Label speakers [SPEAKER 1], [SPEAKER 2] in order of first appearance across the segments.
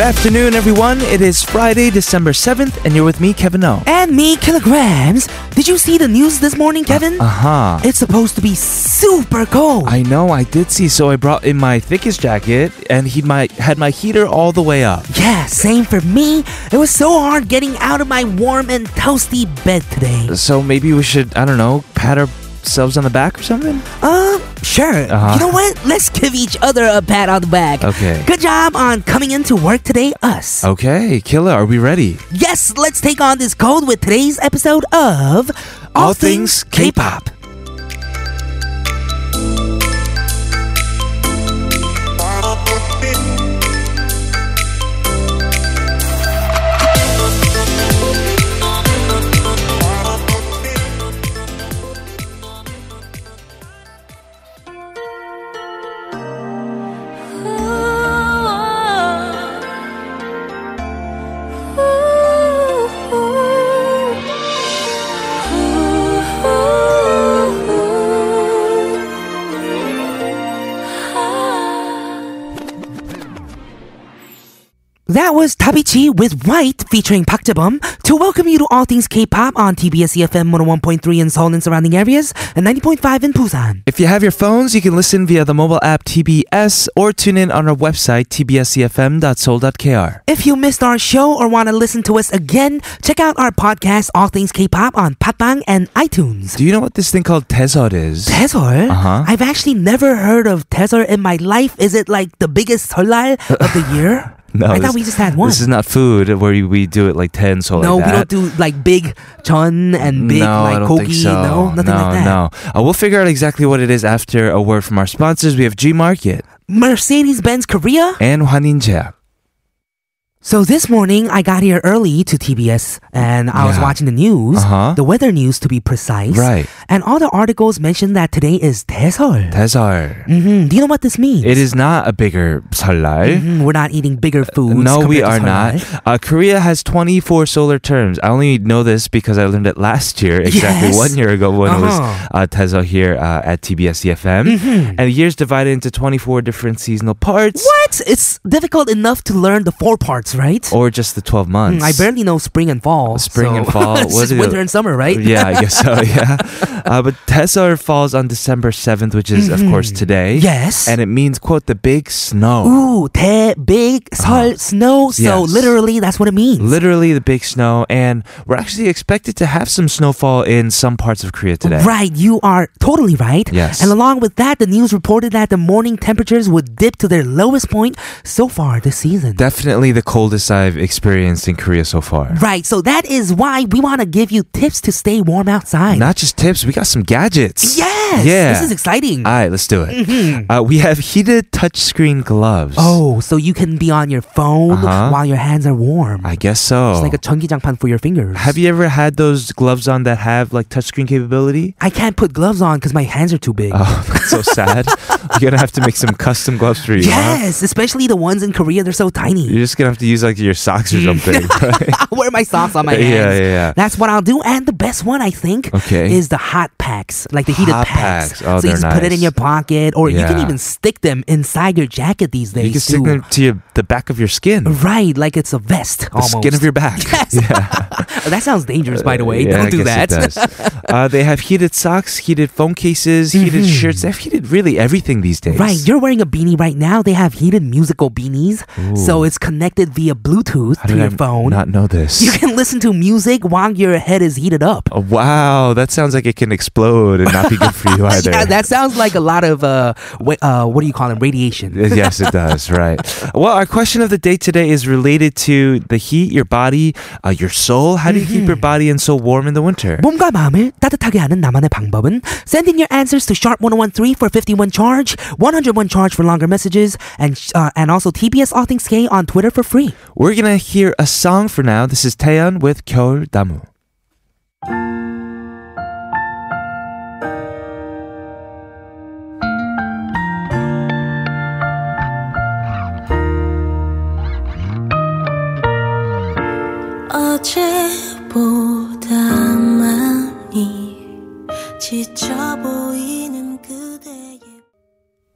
[SPEAKER 1] afternoon, everyone. It is Friday, December 7th, and you're with me, Kevin O.
[SPEAKER 2] And me, kilograms. Did you see the news this morning, Kevin?
[SPEAKER 1] Uh huh.
[SPEAKER 2] it's supposed to be super cold.
[SPEAKER 1] I know, I did see, so I brought in my thickest jacket, and he my, had my heater all the way up.
[SPEAKER 2] yeah, same for me. It was so hard getting out of my warm and toasty bed today.
[SPEAKER 1] So maybe we should, I don't know, pat ourselves on the back or something?
[SPEAKER 2] Uh, sure.
[SPEAKER 1] Uh-huh.
[SPEAKER 2] You know what? Let's give each other a pat on the back.
[SPEAKER 1] Okay. Oh.
[SPEAKER 2] Good job on coming into work today, us.
[SPEAKER 1] Okay, Killa, are we ready?
[SPEAKER 2] Yes, let's take on this cold with today's episode of
[SPEAKER 1] All Things K-Pop.
[SPEAKER 3] 아,
[SPEAKER 2] That was Tabichi with White featuring Park Jabum to welcome you to All Things K-Pop on TBS EFM 101.3 in Seoul and surrounding areas and 90.5 in Busan.
[SPEAKER 1] If you have your phones, you can listen via the mobile app TBS or tune in on our website, E tbscfm.soul.kr.
[SPEAKER 2] If you missed our show or want to listen to us again, check out our podcast All Things K-Pop on Patbang and iTunes.
[SPEAKER 1] Do you know what this thing called Tezod is?
[SPEAKER 2] Tezor?
[SPEAKER 1] Uh-huh.
[SPEAKER 2] I've actually never heard of Tezor in my life. Is it like the biggest 설날 of the year?
[SPEAKER 1] No,
[SPEAKER 2] I
[SPEAKER 1] this-
[SPEAKER 2] thought we just had one.
[SPEAKER 1] This is not food where you, we do it like ten so
[SPEAKER 2] no,
[SPEAKER 1] like
[SPEAKER 2] we
[SPEAKER 1] that.
[SPEAKER 2] don't do like big chun and big
[SPEAKER 1] no, I
[SPEAKER 2] like
[SPEAKER 1] don't think
[SPEAKER 2] kogi.
[SPEAKER 1] so.
[SPEAKER 2] No, nothing
[SPEAKER 1] no,
[SPEAKER 2] like that.
[SPEAKER 1] No, Uh, we'll figure out exactly what it is after a word from our sponsors. We have G Market
[SPEAKER 2] Mercedes Benz Korea.
[SPEAKER 1] and Hwaninja.
[SPEAKER 2] So this morning I got here early to TBS and I was
[SPEAKER 1] Yeah.
[SPEAKER 2] watching the news,
[SPEAKER 1] Uh-huh.
[SPEAKER 2] the weather news to be precise.
[SPEAKER 1] Right.
[SPEAKER 2] And all the articles mentioned that today is 대설.
[SPEAKER 1] Tezar.
[SPEAKER 2] hmm Do you know what this means?
[SPEAKER 1] It is not a bigger 설날.
[SPEAKER 2] Mhm, We're not eating bigger foods.
[SPEAKER 1] No, we are
[SPEAKER 2] compared to
[SPEAKER 1] not.
[SPEAKER 2] 설날.
[SPEAKER 1] Uh, Korea has 24 solar terms. I only know this because I learned it last year, exactly
[SPEAKER 2] Yes.
[SPEAKER 1] one year ago when it was
[SPEAKER 2] Uh-huh.
[SPEAKER 1] uh,
[SPEAKER 2] Mm-hmm.
[SPEAKER 1] Tezo here uh, at TBS EFM. And the year's divided into 24 different seasonal parts.
[SPEAKER 2] What? It's difficult enough to learn the four parts, right?
[SPEAKER 1] Or just the 12
[SPEAKER 2] Mm,
[SPEAKER 1] months.
[SPEAKER 2] I barely know spring and fall.
[SPEAKER 1] Oh, Spring
[SPEAKER 2] so
[SPEAKER 1] and fall.
[SPEAKER 2] it's
[SPEAKER 1] What is
[SPEAKER 2] just
[SPEAKER 1] it?
[SPEAKER 2] winter and summer, right?
[SPEAKER 1] Yeah, I guess so, yeah. Uh, but Tezor falls on December 7th, which is, of course, today.
[SPEAKER 2] Mm-hmm. Yes.
[SPEAKER 1] And it means, quote, the big snow.
[SPEAKER 2] Ooh, 대, big, 설, snow. So
[SPEAKER 1] Uh-huh. Yes.
[SPEAKER 2] literally, that's what it means.
[SPEAKER 1] Literally the big snow, and we're actually expected to have some snowfall in some parts of Korea today.
[SPEAKER 2] Right, you are totally right.
[SPEAKER 1] Yes.
[SPEAKER 2] And along with that, the news reported that the morning temperatures would dip to their lowest point so far this season.
[SPEAKER 1] Definitely the coldest I've experienced in Korea so far.
[SPEAKER 2] right, so that is why we want to give you tips to stay warm outside.
[SPEAKER 1] Not just tips, we got some gadgets.
[SPEAKER 2] yes!
[SPEAKER 1] Yeah.
[SPEAKER 2] This is exciting.
[SPEAKER 1] All right, let's do it. Uh, we have heated touchscreen gloves.
[SPEAKER 2] oh, so you can be on your phone
[SPEAKER 1] Uh-huh.
[SPEAKER 2] while your hands are warm.
[SPEAKER 1] I guess so.
[SPEAKER 2] It's like a 전기장판 for your fingers.
[SPEAKER 1] have you ever had those gloves on that have like touchscreen capability?
[SPEAKER 2] I can't put gloves on because my hands are too big.
[SPEAKER 1] Oh, that's so sad. You're gonna have to make some custom gloves for you. Huh?
[SPEAKER 2] yes, especially the ones in Korea, they're so tiny.
[SPEAKER 1] You're just gonna have to use like your socks or something. right?
[SPEAKER 2] I wear my socks on my hands.
[SPEAKER 1] Yeah, yeah, yeah.
[SPEAKER 2] That's what I'll do. And the best one, I think,
[SPEAKER 1] Okay.
[SPEAKER 2] is the hot packs, like the heated
[SPEAKER 1] Hot packs.
[SPEAKER 2] packs.
[SPEAKER 1] Oh,
[SPEAKER 2] so you
[SPEAKER 1] they're
[SPEAKER 2] just put it in
[SPEAKER 1] nice.
[SPEAKER 2] your pocket, or you can
[SPEAKER 1] Yeah.
[SPEAKER 2] even stick them inside your jacket these
[SPEAKER 1] You
[SPEAKER 2] days.
[SPEAKER 1] can stick
[SPEAKER 2] too.
[SPEAKER 1] them to your, the back of your skin, the
[SPEAKER 2] Right, like it's a vest almost.
[SPEAKER 1] skin of your back.
[SPEAKER 2] Yes. that sounds dangerous, by the way.
[SPEAKER 1] Yeah, I
[SPEAKER 2] Don't do
[SPEAKER 1] guess it
[SPEAKER 2] that.
[SPEAKER 1] does. uh, they have heated socks, heated phone cases, heated shirts. They have heated really everything these days.
[SPEAKER 2] Mm-hmm. Right, you're wearing a beanie right now. They have heated musical beanies, so it's connected via Bluetooth
[SPEAKER 1] How
[SPEAKER 2] to
[SPEAKER 1] did
[SPEAKER 2] your
[SPEAKER 1] I
[SPEAKER 2] phone.
[SPEAKER 1] Not know this.
[SPEAKER 2] you can listen to music while your head is heated up.
[SPEAKER 1] Oh, wow, that sounds like it can explode and not be good for you either.
[SPEAKER 2] Yeah, that sounds like a lot of uh, wa- uh, what do you call it? Radiation.
[SPEAKER 1] yes, it does. Right. Well, our question of the day today is related to the heat, your body, uh, your soul. How do you
[SPEAKER 2] Mm-hmm.
[SPEAKER 1] keep your body and soul warm in the winter?
[SPEAKER 2] 몸과 마음을 따뜻하게 하는 나만의 방법은 send in your answers to sharp 1013 for 51 charge, 101 charge for longer messages, and uh, and also TBS All Things K on Twitter for free.
[SPEAKER 1] We're gonna hear a song for now. This is Taeyeon with 겨울 나무.
[SPEAKER 3] 어제보다 많이 지쳐 보이는 그대의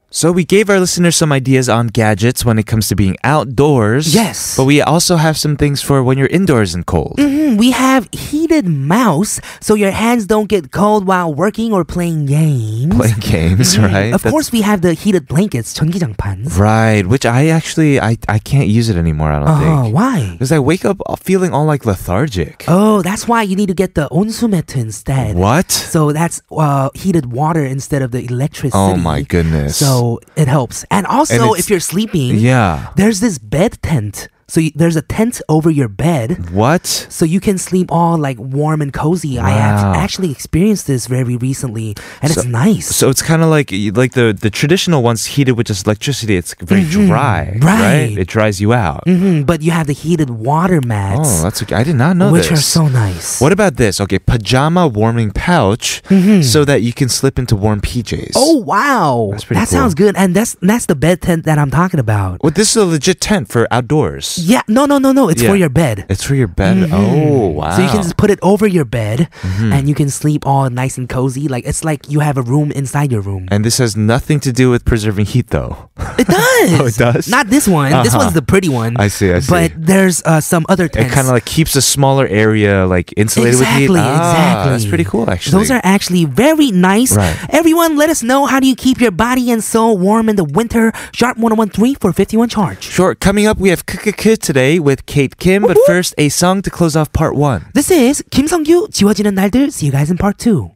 [SPEAKER 1] So we gave our listeners some ideas on gadgets when it comes to being outdoors.
[SPEAKER 2] Yes.
[SPEAKER 1] But we also have some things for when you're indoors and cold.
[SPEAKER 2] Hmm, we have heated mouse so your hands don't get cold while working or playing games.
[SPEAKER 1] Playing games, right?
[SPEAKER 2] Mm-hmm. Of
[SPEAKER 1] That's-
[SPEAKER 2] course, we have the heated blankets, 전기장판.
[SPEAKER 1] Right, which I actually I, I can't use it anymore, I don't
[SPEAKER 2] Oh,
[SPEAKER 1] think.
[SPEAKER 2] why?
[SPEAKER 1] Because I wake up feeling all like lethargic.
[SPEAKER 2] Oh, that's why you need to get the onsu mat instead.
[SPEAKER 1] What?
[SPEAKER 2] So that's uh, heated water instead of the electricity.
[SPEAKER 1] Oh my goodness.
[SPEAKER 2] So it helps. And also,
[SPEAKER 1] it's-
[SPEAKER 2] if you're sleeping,
[SPEAKER 1] Yeah.
[SPEAKER 2] there's this bed tent. So you, there's a tent over your bed.
[SPEAKER 1] What?
[SPEAKER 2] So you can sleep all like warm and cozy. I
[SPEAKER 1] Wow.
[SPEAKER 2] have actually experienced this very recently, and it's nice.
[SPEAKER 1] So it's kind of like like the the traditional ones heated with just electricity. It's very dry,
[SPEAKER 2] Mm-hmm. Right.
[SPEAKER 1] It dries you out.
[SPEAKER 2] Mhm, but you have the heated water
[SPEAKER 1] Oh,
[SPEAKER 2] mats,
[SPEAKER 1] that's okay. I did not know
[SPEAKER 2] which
[SPEAKER 1] this.
[SPEAKER 2] are so nice.
[SPEAKER 1] what about this? Okay, pajama warming pouch so that you can slip into warm PJs.
[SPEAKER 2] Mm-hmm. Oh wow,
[SPEAKER 1] That's pretty
[SPEAKER 2] that
[SPEAKER 1] cool.
[SPEAKER 2] sounds good. And that's that's the bed tent that I'm talking about.
[SPEAKER 1] Well, this is a legit tent for outdoors.
[SPEAKER 2] Yeah, no, no, no, no. It's for
[SPEAKER 1] Yeah.
[SPEAKER 2] your bed.
[SPEAKER 1] It's for your bed. Oh, wow. Mm-hmm.
[SPEAKER 2] mm-hmm. So you can just put it over your bed, and you can sleep all nice and cozy. Like it's like you have a room inside your room.
[SPEAKER 1] And this has nothing to do with preserving heat, though.
[SPEAKER 2] It does.
[SPEAKER 1] Oh, it does?
[SPEAKER 2] Not this one. This
[SPEAKER 1] Uh-huh.
[SPEAKER 2] one's the pretty one.
[SPEAKER 1] I see, I see.
[SPEAKER 2] But there's uh, some other
[SPEAKER 1] It
[SPEAKER 2] tents.
[SPEAKER 1] kind of like keeps a smaller area like insulated
[SPEAKER 2] exactly,
[SPEAKER 1] with heat. Ah,
[SPEAKER 2] exactly.
[SPEAKER 1] That's pretty cool, actually.
[SPEAKER 2] Those are actually very nice.
[SPEAKER 1] Right.
[SPEAKER 2] Everyone, let us know how do you keep your body and soul warm in the winter. Sharp 1013 for 51 charge.
[SPEAKER 1] Sure. Coming up, we have KKK today with Kate Kim. But first, a song to close off part one.
[SPEAKER 2] This is 김성규 지워지는 날들. See you guys in part 2.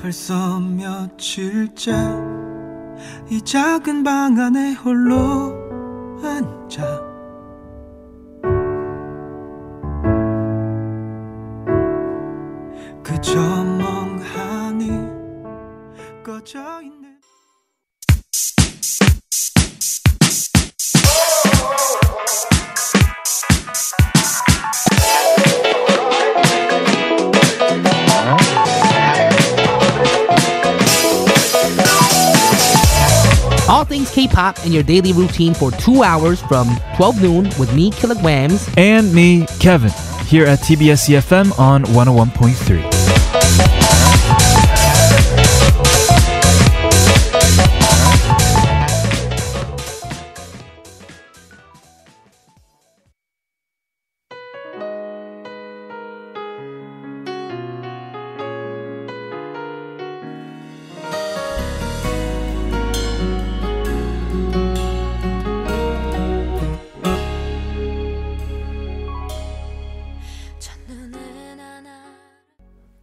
[SPEAKER 4] 벌써 며칠째 이 작은 방 안에 홀로 앉아 그저 멍하니 꺼져 있는
[SPEAKER 2] All things K-pop in your daily routine for two hours from 12 noon with me, Kilograms.
[SPEAKER 5] and me, Kevin, here at TBS EFM E on 101.3.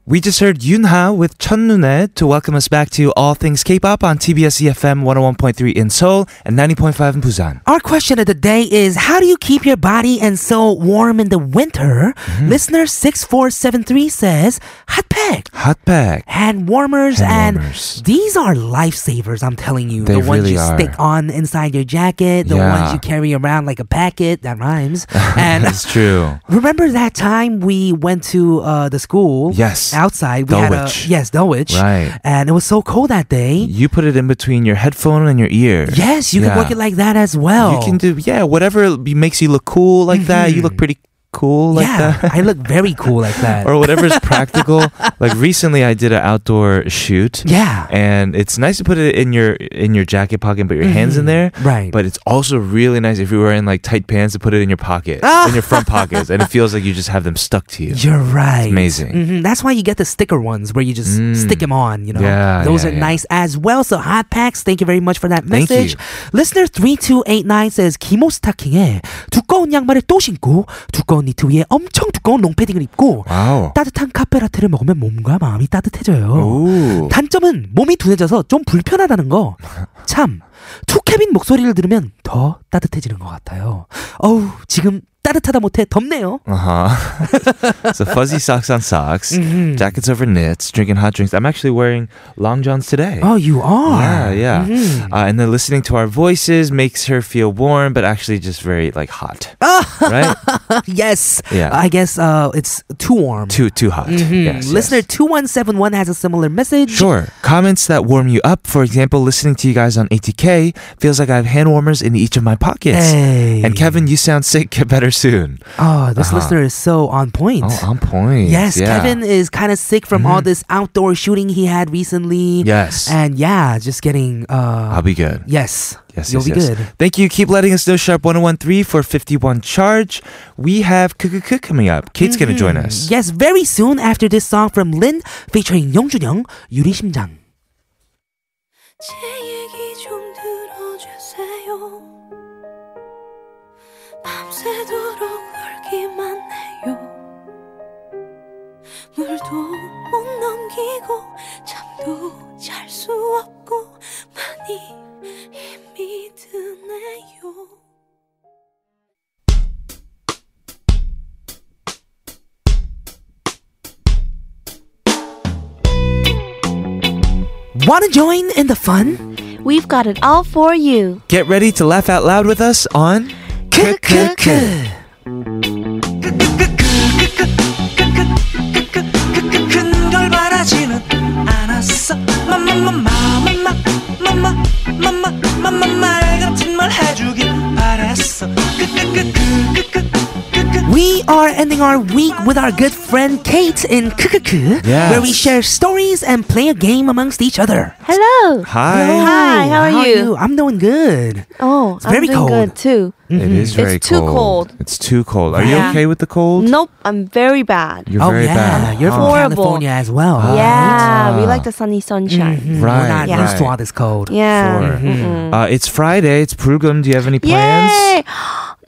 [SPEAKER 1] We just heard Yunha with Chunune to welcome us back to All Things K-pop on TBS EFM 101.3 in Seoul and 90.5 in Busan.
[SPEAKER 2] Our question of the day is How do you keep your body and soul warm in the winter?
[SPEAKER 1] Mm-hmm.
[SPEAKER 2] Listener 6473 says, Hot pack.
[SPEAKER 1] Hot pack.
[SPEAKER 2] Hand warmers
[SPEAKER 1] Hand
[SPEAKER 2] and
[SPEAKER 1] warmers.
[SPEAKER 2] these are lifesavers, I'm telling you.
[SPEAKER 1] They
[SPEAKER 2] the ones
[SPEAKER 1] really
[SPEAKER 2] you
[SPEAKER 1] are.
[SPEAKER 2] stick on inside your jacket, the
[SPEAKER 1] Yeah.
[SPEAKER 2] ones you carry around like a packet, that rhymes. And
[SPEAKER 1] That's true.
[SPEAKER 2] remember that time we went to uh, the school?
[SPEAKER 1] Yes.
[SPEAKER 2] Outside. We had a,
[SPEAKER 1] Dulwich.
[SPEAKER 2] yes, Dulwich.
[SPEAKER 1] Right.
[SPEAKER 2] And it was so cold that day.
[SPEAKER 1] You put it in between your headphone and your ear.
[SPEAKER 2] Yes, you can work it like that as well.
[SPEAKER 1] You can do yeah, whatever makes you look cool like that. You look pretty cool like
[SPEAKER 2] Mm-hmm. yeah,
[SPEAKER 1] that.
[SPEAKER 2] I look very cool like that.
[SPEAKER 1] or whatever's practical. Like recently I did an outdoor shoot.
[SPEAKER 2] yeah.
[SPEAKER 1] And it's nice to put it in your in your jacket pocket and put your hands in there.
[SPEAKER 2] Mm-hmm. Right.
[SPEAKER 1] But it's also really nice if you're wearing like tight pants to put it in your pocket.
[SPEAKER 2] Ah.
[SPEAKER 1] in your front pockets. And it feels like you just have them stuck to you.
[SPEAKER 2] You're right.
[SPEAKER 1] amazing. Mm.
[SPEAKER 2] hmm That's why you get the sticker ones where you just stick them on. You know,
[SPEAKER 1] Yeah,
[SPEAKER 2] those
[SPEAKER 1] yeah,
[SPEAKER 2] are
[SPEAKER 1] yeah.
[SPEAKER 2] nice as well. So hot packs. Thank you very much for that
[SPEAKER 1] Thank
[SPEAKER 2] message.
[SPEAKER 1] you.
[SPEAKER 2] Listener three two eight nine says 기모 스타킹에 두꺼운 양말을 또 신고 두꺼운 니트 위에 엄청 두꺼운 롱패딩을 입고
[SPEAKER 1] Wow.
[SPEAKER 2] 따뜻한 카페라테를 먹으면 몸과 마음이 따뜻해져요.
[SPEAKER 1] Ooh.
[SPEAKER 2] 단점은 몸이 둔해져서 좀 불편하다는 거. 참, 투캐빈 목소리를 들으면 더 따뜻해지는 것 같아요. 어우, 지금 따뜻하다 못해 덥네요.
[SPEAKER 1] Uh-huh. so fuzzy socks on socks,
[SPEAKER 2] Mm-hmm.
[SPEAKER 1] jackets over knits, drinking hot drinks. I'm actually wearing long johns today.
[SPEAKER 2] Oh, you are. Mm-hmm.
[SPEAKER 1] Yeah, yeah. Uh, and then listening to our voices makes her feel warm, but actually just very like hot, right?
[SPEAKER 2] yes.
[SPEAKER 1] Yeah.
[SPEAKER 2] I guess uh, it's too warm.
[SPEAKER 1] Too too hot. Yes, yes.
[SPEAKER 2] Listener 2171 has a similar message.
[SPEAKER 1] Sure. Comments that warm you up. For example, listening to you guys on ATK feels like I have hand warmers in each of my pockets.
[SPEAKER 2] Hey.
[SPEAKER 1] And Kevin, you sound sick. Get better soon.
[SPEAKER 2] Oh, this
[SPEAKER 1] Uh-huh.
[SPEAKER 2] listener is so on point.
[SPEAKER 1] Oh, on point.
[SPEAKER 2] Yes,
[SPEAKER 1] Yeah. Mm-hmm.
[SPEAKER 2] Kevin is kind of sick from all this outdoor shooting he had recently.
[SPEAKER 1] Yes.
[SPEAKER 2] And yeah, just getting uh
[SPEAKER 1] I'll be good.
[SPEAKER 2] yes.
[SPEAKER 1] Yes,
[SPEAKER 2] You'll
[SPEAKER 1] yes,
[SPEAKER 2] be
[SPEAKER 1] yes.
[SPEAKER 2] good.
[SPEAKER 1] Thank you. Keep letting us know. Sharp 1013 for 51 charge. We have KKK coming up. Kate's going to join us.
[SPEAKER 2] Mm, Yes, very soon after this song from Lin featuring 용준영, 유리심장.
[SPEAKER 3] 제 얘기 좀 들어주세요 밤새도록 울기만 해요 물도 못 넘기고 잠도 잘 수 없고 많이 힘이 드네요
[SPEAKER 2] Wanna join in the fun?
[SPEAKER 6] We've got it all for you.
[SPEAKER 1] Get ready to laugh out loud with us on
[SPEAKER 2] 크크크.
[SPEAKER 4] 큰걸 바라지는 않았어 마마마마마마마마마마말 같은 말 해주길 바랬어 끄끄끄끄끄끄끄
[SPEAKER 2] We are ending our week with our good friend Kate in 크크크,
[SPEAKER 1] Yes.
[SPEAKER 2] where we share stories and play a game amongst each other.
[SPEAKER 6] Hello.
[SPEAKER 1] Hi.
[SPEAKER 6] Hi, how are you?
[SPEAKER 2] I'm doing good.
[SPEAKER 6] Oh,
[SPEAKER 2] It's very
[SPEAKER 6] I'm doing
[SPEAKER 2] cold.
[SPEAKER 6] good too.
[SPEAKER 1] It is very
[SPEAKER 6] Mm-hmm. It's too cold.
[SPEAKER 1] It's too cold. Are you
[SPEAKER 6] Yeah.
[SPEAKER 1] okay with the cold?
[SPEAKER 6] Nope, I'm very bad.
[SPEAKER 1] You're
[SPEAKER 2] oh
[SPEAKER 1] very
[SPEAKER 2] yeah,
[SPEAKER 1] bad.
[SPEAKER 2] you're from
[SPEAKER 6] Horrible.
[SPEAKER 2] California as well.
[SPEAKER 6] yeah, we
[SPEAKER 1] Ah.
[SPEAKER 6] like the sunny sunshine.
[SPEAKER 2] Mhm,
[SPEAKER 1] Right,
[SPEAKER 2] We're not
[SPEAKER 6] Yeah.
[SPEAKER 2] used to all this cold.
[SPEAKER 6] Yeah.
[SPEAKER 1] Mm-hmm. Sure. Uh, it's Friday. It's Prugum. Do you have any plans?
[SPEAKER 6] Yay!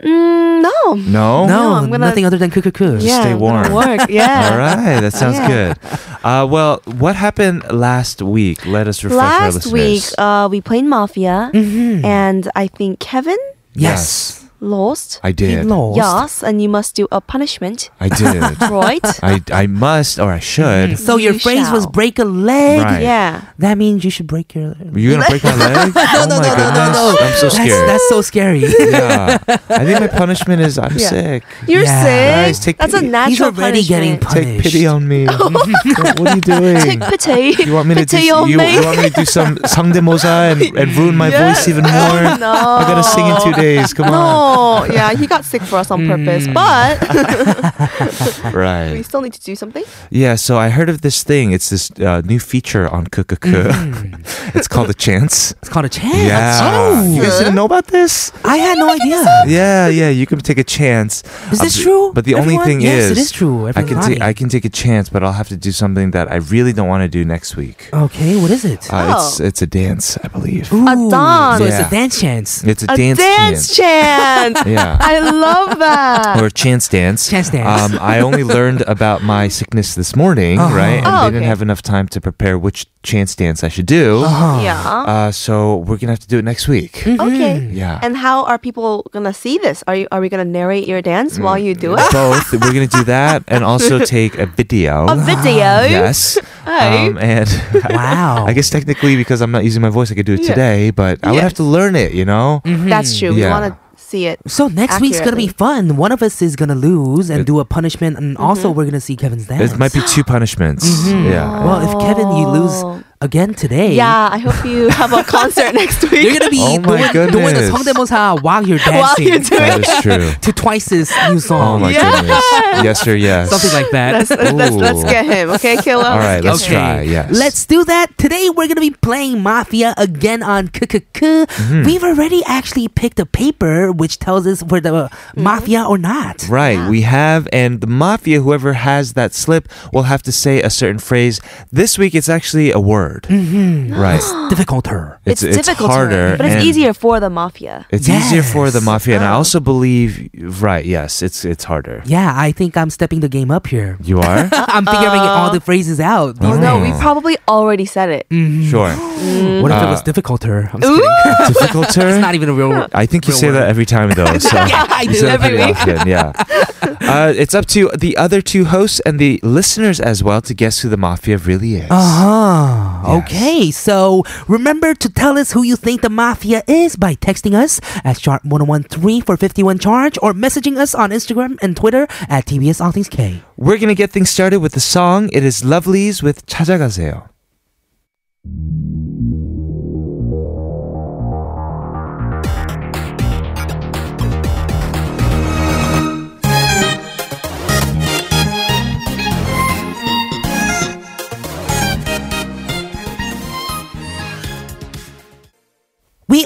[SPEAKER 6] Mm, no.
[SPEAKER 1] No.
[SPEAKER 2] No,
[SPEAKER 6] I'm gonna-
[SPEAKER 2] nothing other than kukuku.
[SPEAKER 6] yeah,
[SPEAKER 1] stay
[SPEAKER 6] I'm gonna
[SPEAKER 1] warm.
[SPEAKER 6] Work. Yeah.
[SPEAKER 1] All right, that sounds
[SPEAKER 6] Yeah.
[SPEAKER 1] good. Uh, well, what happened last week? Let us refresh our
[SPEAKER 6] Last
[SPEAKER 1] listeners. Mm-hmm.
[SPEAKER 6] week, uh, we played Mafia, and I think Kevin
[SPEAKER 2] Yes.
[SPEAKER 6] lost.
[SPEAKER 1] I did.
[SPEAKER 2] lost.
[SPEAKER 6] Yes, and you must do a punishment,
[SPEAKER 1] I did.
[SPEAKER 6] right?
[SPEAKER 1] I I must or I should.
[SPEAKER 2] So your
[SPEAKER 6] You
[SPEAKER 2] phrase was
[SPEAKER 6] shall.
[SPEAKER 2] break a leg.
[SPEAKER 1] Right.
[SPEAKER 6] yeah.
[SPEAKER 2] That means you should break your leg.
[SPEAKER 1] You gonna break my leg? oh my goodness! I'm so
[SPEAKER 2] That's,
[SPEAKER 1] scared.
[SPEAKER 2] that's so scary.
[SPEAKER 1] yeah, I think my punishment is I'm
[SPEAKER 6] Yeah.
[SPEAKER 1] sick.
[SPEAKER 6] You're
[SPEAKER 2] Yeah.
[SPEAKER 6] sick.
[SPEAKER 1] Guys, take
[SPEAKER 6] That's a
[SPEAKER 1] pity.
[SPEAKER 6] natural
[SPEAKER 2] He's already getting
[SPEAKER 6] punishment.
[SPEAKER 1] Take
[SPEAKER 2] punished.
[SPEAKER 1] pity on me. what are you doing?
[SPEAKER 6] Take pity.
[SPEAKER 1] You want me to do
[SPEAKER 6] pity
[SPEAKER 1] you,
[SPEAKER 6] on
[SPEAKER 1] you
[SPEAKER 6] me?
[SPEAKER 1] want me to do some sangdemosa and, and ruin my voice even more?
[SPEAKER 6] Oh, no.
[SPEAKER 1] I gotta sing in two days. Hmm. Come on.
[SPEAKER 6] No, yeah, he got sick for us on purpose, but we
[SPEAKER 1] Right.
[SPEAKER 6] still need to do something.
[SPEAKER 1] Yeah. So I heard of this thing. It's this uh, new feature on
[SPEAKER 6] Mm.
[SPEAKER 1] Kukuku. it's called a chance.
[SPEAKER 2] It's called a chance.
[SPEAKER 1] Yeah.
[SPEAKER 2] Oh.
[SPEAKER 1] You guys didn't know about this?
[SPEAKER 2] I had no idea.
[SPEAKER 1] Yeah, yeah, you can take a chance.
[SPEAKER 2] Is this
[SPEAKER 1] but-
[SPEAKER 2] true,
[SPEAKER 1] But the
[SPEAKER 2] everyone?
[SPEAKER 1] only thing is,
[SPEAKER 2] Yes, it is true,
[SPEAKER 1] I
[SPEAKER 2] everyone's
[SPEAKER 1] can take I
[SPEAKER 2] lying.
[SPEAKER 1] can take a chance, but I'll have to do something that I really don't want to do next week.
[SPEAKER 2] Okay, what is it?
[SPEAKER 1] Uh, it's
[SPEAKER 6] Oh.
[SPEAKER 1] it's a dance, I believe.
[SPEAKER 2] Ooh,
[SPEAKER 6] dance.
[SPEAKER 2] So it's
[SPEAKER 1] Yeah.
[SPEAKER 2] a dance chance.
[SPEAKER 1] It's a,
[SPEAKER 6] A
[SPEAKER 1] dance,
[SPEAKER 6] dance chant.
[SPEAKER 1] Yeah.
[SPEAKER 6] I love that.
[SPEAKER 1] or chance dance.
[SPEAKER 2] Chance dance.
[SPEAKER 1] Um, I only learned about my sickness this morning,
[SPEAKER 2] Uh-huh.
[SPEAKER 1] right? And
[SPEAKER 6] Oh,
[SPEAKER 1] they didn't
[SPEAKER 6] okay. Uh-huh.
[SPEAKER 1] have enough time to prepare which chance dance I should do.
[SPEAKER 6] yeah.
[SPEAKER 1] Uh, so we're gonna have to do it next week.
[SPEAKER 6] Okay.
[SPEAKER 1] Yeah.
[SPEAKER 6] Mm-hmm. And how are people gonna see this? Are you are we gonna narrate your dance while you do it?
[SPEAKER 1] Both. We're gonna do that, and also take a video.
[SPEAKER 6] A video.
[SPEAKER 1] Ah, Yes. Um, and
[SPEAKER 2] Wow.
[SPEAKER 1] I guess technically because I'm not using my voice, I could do it
[SPEAKER 6] Yeah.
[SPEAKER 1] today, but I would have
[SPEAKER 6] Yes.
[SPEAKER 1] to learn it, you know?
[SPEAKER 6] That's true.
[SPEAKER 1] Mm-hmm. Yeah.
[SPEAKER 6] We wanna see it.
[SPEAKER 2] Mm-hmm. so next week's gonna be fun. One of us is gonna lose and
[SPEAKER 1] It-
[SPEAKER 2] do a punishment, and
[SPEAKER 6] Mm-hmm.
[SPEAKER 2] also we're gonna see Kevin's dance.
[SPEAKER 1] It might be two punishments. Yeah.
[SPEAKER 2] well, if Kevin you
[SPEAKER 6] Oh.
[SPEAKER 2] lose again today,
[SPEAKER 6] Yeah, I hope you have a concert next week.
[SPEAKER 2] you're gonna be
[SPEAKER 1] Oh my
[SPEAKER 2] doing, doing a
[SPEAKER 1] goodness.
[SPEAKER 2] 성대모사 while you're dancing
[SPEAKER 6] While you're doing-
[SPEAKER 1] That is true.
[SPEAKER 2] to Twice's
[SPEAKER 1] Oh
[SPEAKER 2] new song,
[SPEAKER 1] my goodness. Yes or yes.
[SPEAKER 2] something like that.
[SPEAKER 6] let's, let's
[SPEAKER 1] Ooh.
[SPEAKER 6] get him. Okay, kill him.
[SPEAKER 1] All right, let's
[SPEAKER 6] get
[SPEAKER 1] try.
[SPEAKER 6] him.
[SPEAKER 1] Yes.
[SPEAKER 2] Let's do that. Today we're gonna be playing Mafia again on KKK.
[SPEAKER 1] Mm-hmm.
[SPEAKER 2] We've already actually picked a paper which tells us whether the Mafia or not.
[SPEAKER 1] Right, we have, and the mafia, whoever has that slip, will have to say a certain phrase. This week, it's actually a word. Mm-hmm. Right,
[SPEAKER 2] Difficulter.
[SPEAKER 6] It's, difficult, to
[SPEAKER 1] harder,
[SPEAKER 6] learn, but it's
[SPEAKER 1] and
[SPEAKER 6] easier for the mafia.
[SPEAKER 1] It's easier for the
[SPEAKER 2] Yes.
[SPEAKER 1] mafia, and I also believe, right? Yes, it's it's harder.
[SPEAKER 2] Yeah, I think I'm stepping the game up here.
[SPEAKER 1] You are
[SPEAKER 2] I'm figuring all the phrases out.
[SPEAKER 6] Oh no, we
[SPEAKER 1] Oh.
[SPEAKER 6] probably already said it.
[SPEAKER 1] Mm, sure Uh,
[SPEAKER 2] What if it was difficulter? I'm just kidding.
[SPEAKER 1] difficulter.
[SPEAKER 2] it's not even a real word.
[SPEAKER 1] I think you
[SPEAKER 2] real
[SPEAKER 1] say that
[SPEAKER 2] word.
[SPEAKER 1] every time though. So
[SPEAKER 2] Yeah, I
[SPEAKER 1] you
[SPEAKER 2] do
[SPEAKER 1] say that
[SPEAKER 2] every
[SPEAKER 1] pretty often, Yeah. Uh, it's up to the other two hosts and the listeners as well to guess who the mafia really is.
[SPEAKER 2] Uh-huh.
[SPEAKER 1] Yes.
[SPEAKER 2] Okay, so remember to tell us who you think the mafia is by texting us at sharp1013 for 51 charge or messaging us on Instagram and Twitter at TBS All Things K.
[SPEAKER 1] We're gonna get things started with the song. It is Lovelies with 찾아가세요.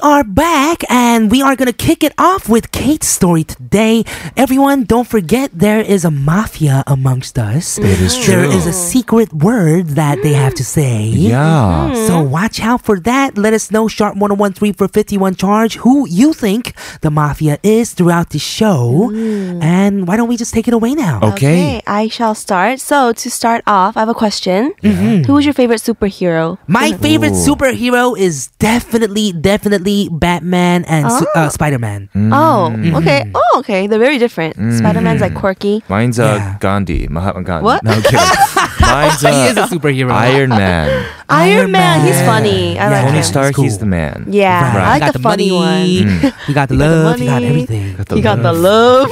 [SPEAKER 2] are back and we are going to kick it off with Kate's story today. Everyone, don't forget there is a mafia amongst us.
[SPEAKER 1] It is
[SPEAKER 2] There
[SPEAKER 1] true.
[SPEAKER 2] is a secret word that they have to say.
[SPEAKER 1] Yeah.
[SPEAKER 2] So watch out for that. Let us know, sharp 1013 for 51 charge, who you think the mafia is throughout the show.
[SPEAKER 1] Mm.
[SPEAKER 2] And why don't we just take it away now?
[SPEAKER 6] Mm-hmm.
[SPEAKER 1] Oh. Okay.
[SPEAKER 6] I shall start. So to start off, I have a question. Who was your favorite superhero?
[SPEAKER 2] My
[SPEAKER 1] Oh.
[SPEAKER 2] favorite superhero is definitely, definitely Batman and Su- uh, Spider Man.
[SPEAKER 1] Mm.
[SPEAKER 6] Oh, okay. Oh, okay. They're very different. Spider Man's like quirky.
[SPEAKER 1] Mine's uh,
[SPEAKER 2] Yeah.
[SPEAKER 1] Gandhi, Mahatma Gandhi.
[SPEAKER 6] What?
[SPEAKER 1] No, I'm kidding. Mine's
[SPEAKER 2] He is a
[SPEAKER 1] uh,
[SPEAKER 2] superhero.
[SPEAKER 1] Iron Man.
[SPEAKER 6] Iron Man, he's funny.
[SPEAKER 2] Yeah.
[SPEAKER 6] I like
[SPEAKER 2] Tony
[SPEAKER 1] Tony
[SPEAKER 6] him.
[SPEAKER 2] Stark,
[SPEAKER 1] Stark,
[SPEAKER 2] he's cool.
[SPEAKER 1] he's the man.
[SPEAKER 6] Yeah,
[SPEAKER 2] Right.
[SPEAKER 6] I
[SPEAKER 2] he
[SPEAKER 6] like
[SPEAKER 2] got
[SPEAKER 6] the,
[SPEAKER 2] the,
[SPEAKER 6] funny
[SPEAKER 2] money.
[SPEAKER 6] one.
[SPEAKER 2] He got the
[SPEAKER 6] He got the
[SPEAKER 2] love. He got
[SPEAKER 6] money.
[SPEAKER 2] everything.
[SPEAKER 1] Got the
[SPEAKER 6] He got the
[SPEAKER 1] love.
[SPEAKER 6] love.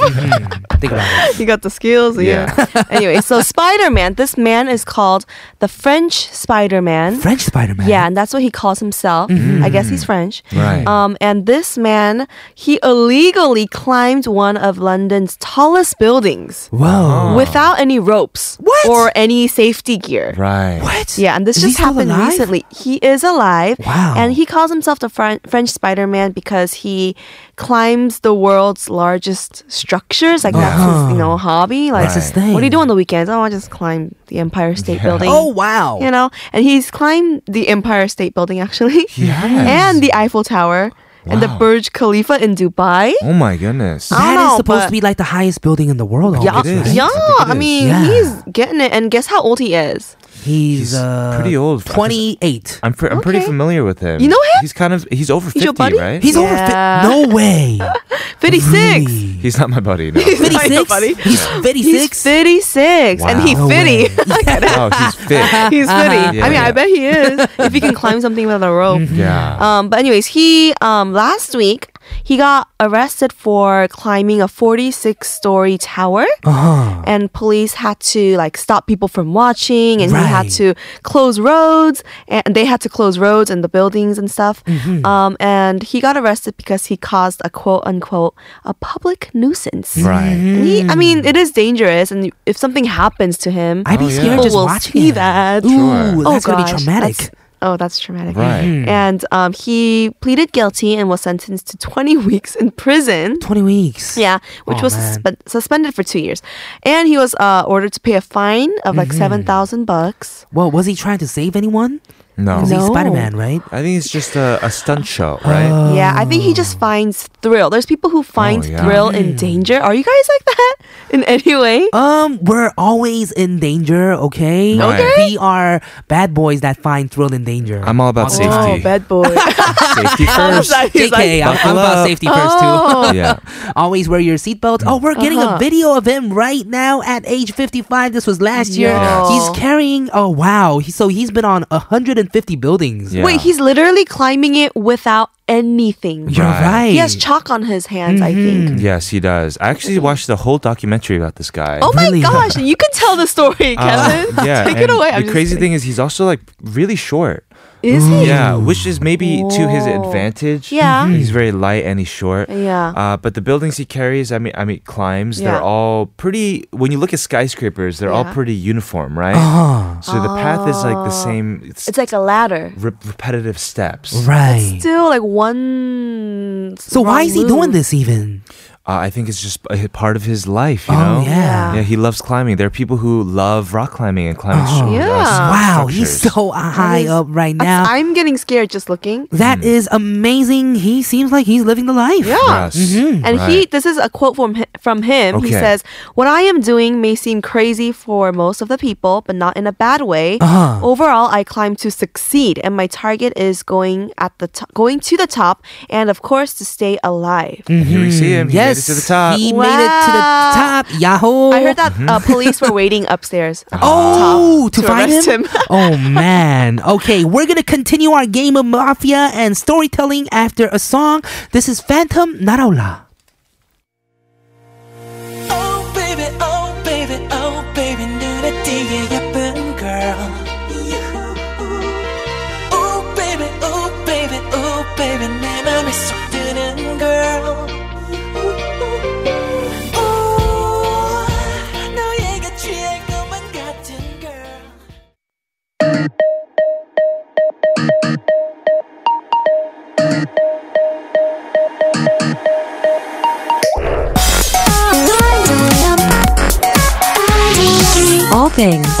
[SPEAKER 2] Think about it.
[SPEAKER 6] he got the skills. Yeah. anyway, so Spider Man. This man is called the French Spider Man.
[SPEAKER 2] French Spider Man.
[SPEAKER 6] Yeah, and that's what he calls himself. I guess he's French.
[SPEAKER 1] Right.
[SPEAKER 6] Um, and this man, he illegally climbed one of London's tallest buildings
[SPEAKER 1] Oh.
[SPEAKER 2] Whoa.
[SPEAKER 6] without any ropes
[SPEAKER 2] What?
[SPEAKER 6] or any safety gear.
[SPEAKER 1] Right.
[SPEAKER 2] What?
[SPEAKER 6] Yeah, and this
[SPEAKER 2] Is he
[SPEAKER 6] just
[SPEAKER 2] still
[SPEAKER 6] happened
[SPEAKER 2] alive?
[SPEAKER 6] recently. He is alive.
[SPEAKER 2] Wow.
[SPEAKER 6] And he calls himself the Fren- French Spider Man because he climbs the world's largest structures. Like, that's his, you know, hobby. Like,
[SPEAKER 1] That's his
[SPEAKER 2] Uh-huh. thing.
[SPEAKER 6] What do you do on the weekends? Oh, I just climb the Empire State Building.
[SPEAKER 2] Oh, wow.
[SPEAKER 6] You know, and he's climbed the Empire State Building actually, and the Eiffel Tower, and the
[SPEAKER 1] Wow.
[SPEAKER 6] Burj Khalifa in Dubai.
[SPEAKER 1] Oh my goodness.
[SPEAKER 2] That
[SPEAKER 6] I don't
[SPEAKER 2] is
[SPEAKER 6] know,
[SPEAKER 2] supposed
[SPEAKER 6] but-
[SPEAKER 2] to be like the highest building in the world.
[SPEAKER 6] Yeah,
[SPEAKER 2] almost,
[SPEAKER 1] it
[SPEAKER 2] right?
[SPEAKER 1] is. I
[SPEAKER 6] yeah.
[SPEAKER 1] think
[SPEAKER 6] I
[SPEAKER 1] it is.
[SPEAKER 6] mean,
[SPEAKER 2] Yeah.
[SPEAKER 6] he's getting it. And guess how old he is?
[SPEAKER 2] He's,
[SPEAKER 1] He's
[SPEAKER 2] uh,
[SPEAKER 1] pretty old.
[SPEAKER 2] Twenty-eight.
[SPEAKER 1] I'm, pre- I'm pretty
[SPEAKER 6] Okay.
[SPEAKER 1] familiar with him.
[SPEAKER 6] You know him?
[SPEAKER 1] He's kind of he's over 50,
[SPEAKER 6] He's your buddy?
[SPEAKER 1] right?
[SPEAKER 2] He's over. Fi-
[SPEAKER 6] Yeah.
[SPEAKER 2] no way.
[SPEAKER 6] Fifty-six.
[SPEAKER 2] Really?
[SPEAKER 1] he's not my buddy. No.
[SPEAKER 6] Sorry,
[SPEAKER 2] Fifty-six.
[SPEAKER 6] nobody.
[SPEAKER 2] He's fifty-six.
[SPEAKER 6] He's 56 and he
[SPEAKER 2] Wow. No
[SPEAKER 6] fitty.
[SPEAKER 1] oh, he's fit.
[SPEAKER 6] he's fitty.
[SPEAKER 1] Yeah,
[SPEAKER 6] I mean, I
[SPEAKER 1] yeah.
[SPEAKER 6] bet he is if he can climb something without a rope.
[SPEAKER 1] Yeah.
[SPEAKER 6] Um, but anyways, he um last week he got arrested for climbing a 46 story tower
[SPEAKER 2] Uh-huh.
[SPEAKER 6] and police had to like stop people from watching and he had
[SPEAKER 2] Right.
[SPEAKER 6] to close roads and they had to close roads and the buildings and stuff
[SPEAKER 2] Mm-hmm.
[SPEAKER 6] um, and he got arrested because he caused a quote unquote a public nuisance
[SPEAKER 1] Right.
[SPEAKER 6] And he, I mean, it is dangerous, and if something happens to him,
[SPEAKER 2] I'd be
[SPEAKER 1] Oh, yeah.
[SPEAKER 2] scared
[SPEAKER 6] people
[SPEAKER 2] just
[SPEAKER 6] will
[SPEAKER 2] watching
[SPEAKER 6] see
[SPEAKER 2] it.
[SPEAKER 6] that.
[SPEAKER 2] Ooh,
[SPEAKER 6] Oh,
[SPEAKER 2] that's gonna be
[SPEAKER 6] gosh,
[SPEAKER 2] traumatic.
[SPEAKER 6] that's- oh, that's traumatic.
[SPEAKER 1] Right.
[SPEAKER 6] And um, he pleaded guilty and was sentenced to 20 weeks in prison.
[SPEAKER 2] Twenty weeks.
[SPEAKER 6] Yeah, which
[SPEAKER 2] Aw,
[SPEAKER 6] was
[SPEAKER 2] man.
[SPEAKER 6] suspe- suspended for two years, and he was uh, ordered to pay a fine of like thousand bucks.
[SPEAKER 2] Well, was he trying to save anyone?
[SPEAKER 1] No.
[SPEAKER 2] Because he's
[SPEAKER 6] No.
[SPEAKER 2] Spider-Man, right?
[SPEAKER 1] I think it's just a, a stunt show, right?
[SPEAKER 6] Yeah, I think he just finds thrill. There's people who find
[SPEAKER 1] yeah.
[SPEAKER 6] thrill in danger. Are you guys like that in any way?
[SPEAKER 2] Um, we're always in danger, okay?
[SPEAKER 1] Right. Okay.
[SPEAKER 2] We are bad boys that find thrill in danger.
[SPEAKER 1] I'm all about safety.
[SPEAKER 6] Oh, bad boy.
[SPEAKER 1] Safety first.
[SPEAKER 2] JK, I'm, I'm
[SPEAKER 1] buckle
[SPEAKER 2] about
[SPEAKER 1] up.
[SPEAKER 2] safety first
[SPEAKER 6] Oh.
[SPEAKER 1] yeah.
[SPEAKER 2] too. Always wear your seatbelt. Oh, we're getting a
[SPEAKER 6] Uh-huh.
[SPEAKER 2] video of him right now at age 55. This was last year.
[SPEAKER 6] Yes.
[SPEAKER 2] He's carrying. Oh wow. He, so he's been on 150 buildings.
[SPEAKER 1] Yeah.
[SPEAKER 6] Wait, he's literally climbing it without anything.
[SPEAKER 2] You're
[SPEAKER 1] Right.
[SPEAKER 2] right.
[SPEAKER 6] He has chalk on his hands, I think.
[SPEAKER 1] Yes, he does. I actually watched the whole documentary about this guy.
[SPEAKER 6] Oh
[SPEAKER 2] Really?
[SPEAKER 6] my gosh, you can tell the
[SPEAKER 1] Uh,
[SPEAKER 6] story, Kevin.
[SPEAKER 1] yeah,
[SPEAKER 6] Take it
[SPEAKER 1] and
[SPEAKER 6] away. I'm
[SPEAKER 1] The
[SPEAKER 6] just
[SPEAKER 1] crazy thing
[SPEAKER 6] kidding.
[SPEAKER 1] is, he's also like really short.
[SPEAKER 6] is he?
[SPEAKER 1] Yeah, which is maybe to his
[SPEAKER 6] Oh.
[SPEAKER 1] advantage. Mm-hmm.
[SPEAKER 6] Yeah.
[SPEAKER 1] he's very light and he's short.
[SPEAKER 6] Yeah.
[SPEAKER 1] Uh, but the buildings he carries, I mean, I mean, climbs. They're
[SPEAKER 6] Yeah.
[SPEAKER 1] all pretty. When you look at skyscrapers, they're all
[SPEAKER 6] Yeah. Oh.
[SPEAKER 1] pretty uniform, right?
[SPEAKER 2] Ah,
[SPEAKER 1] So the path is like the same. It's,
[SPEAKER 6] It's like a ladder.
[SPEAKER 1] re- repetitive steps.
[SPEAKER 2] right.
[SPEAKER 6] Still like one.
[SPEAKER 2] So why
[SPEAKER 6] wrong
[SPEAKER 2] is he doing
[SPEAKER 6] move.
[SPEAKER 2] this even?
[SPEAKER 1] Uh, I think it's just a part of his life. You
[SPEAKER 2] Oh,
[SPEAKER 1] know?
[SPEAKER 2] yeah.
[SPEAKER 1] Yeah, he loves climbing. There are people who love rock climbing and climbing.
[SPEAKER 2] Oh.
[SPEAKER 1] stru- uh,
[SPEAKER 6] Yeah.
[SPEAKER 2] Wow, he's
[SPEAKER 1] structures.
[SPEAKER 2] so high
[SPEAKER 6] is-
[SPEAKER 2] up right
[SPEAKER 6] That's-
[SPEAKER 2] now.
[SPEAKER 6] I'm getting scared just looking.
[SPEAKER 1] Hmm.
[SPEAKER 2] That is amazing. He seems like he's living the life.
[SPEAKER 6] Yeah.
[SPEAKER 1] Yes.
[SPEAKER 6] Mm-hmm. And
[SPEAKER 1] Right.
[SPEAKER 6] he, this is a quote from him. From him. He
[SPEAKER 1] Okay.
[SPEAKER 6] says, "What I am doing may seem crazy for most of the people, but not in a bad way.
[SPEAKER 2] Uh-huh.
[SPEAKER 6] Overall, I climb to succeed, and my target is going at the to- going to the top, and of course to stay alive."
[SPEAKER 1] Here we see him. He made it to
[SPEAKER 2] Mm-hmm. yes,
[SPEAKER 1] the top.
[SPEAKER 2] he made it to the
[SPEAKER 6] Wow.
[SPEAKER 2] top. Yahoo!
[SPEAKER 6] I heard that uh, police were waiting upstairs. at the
[SPEAKER 2] Mm-hmm. Oh, to,
[SPEAKER 6] top
[SPEAKER 2] find
[SPEAKER 6] arrest
[SPEAKER 2] him. oh man. Okay, we're gonna continue our game of mafia and storytelling after a song. This is Phantom Naraula.
[SPEAKER 4] Oh baby, oh baby, oh baby 눈에 띄게 예쁜 girl Oh baby, oh baby, oh baby 내 맘에 쏙 드는 girl Oh 너에게 취할 것만 같은 girl
[SPEAKER 7] things.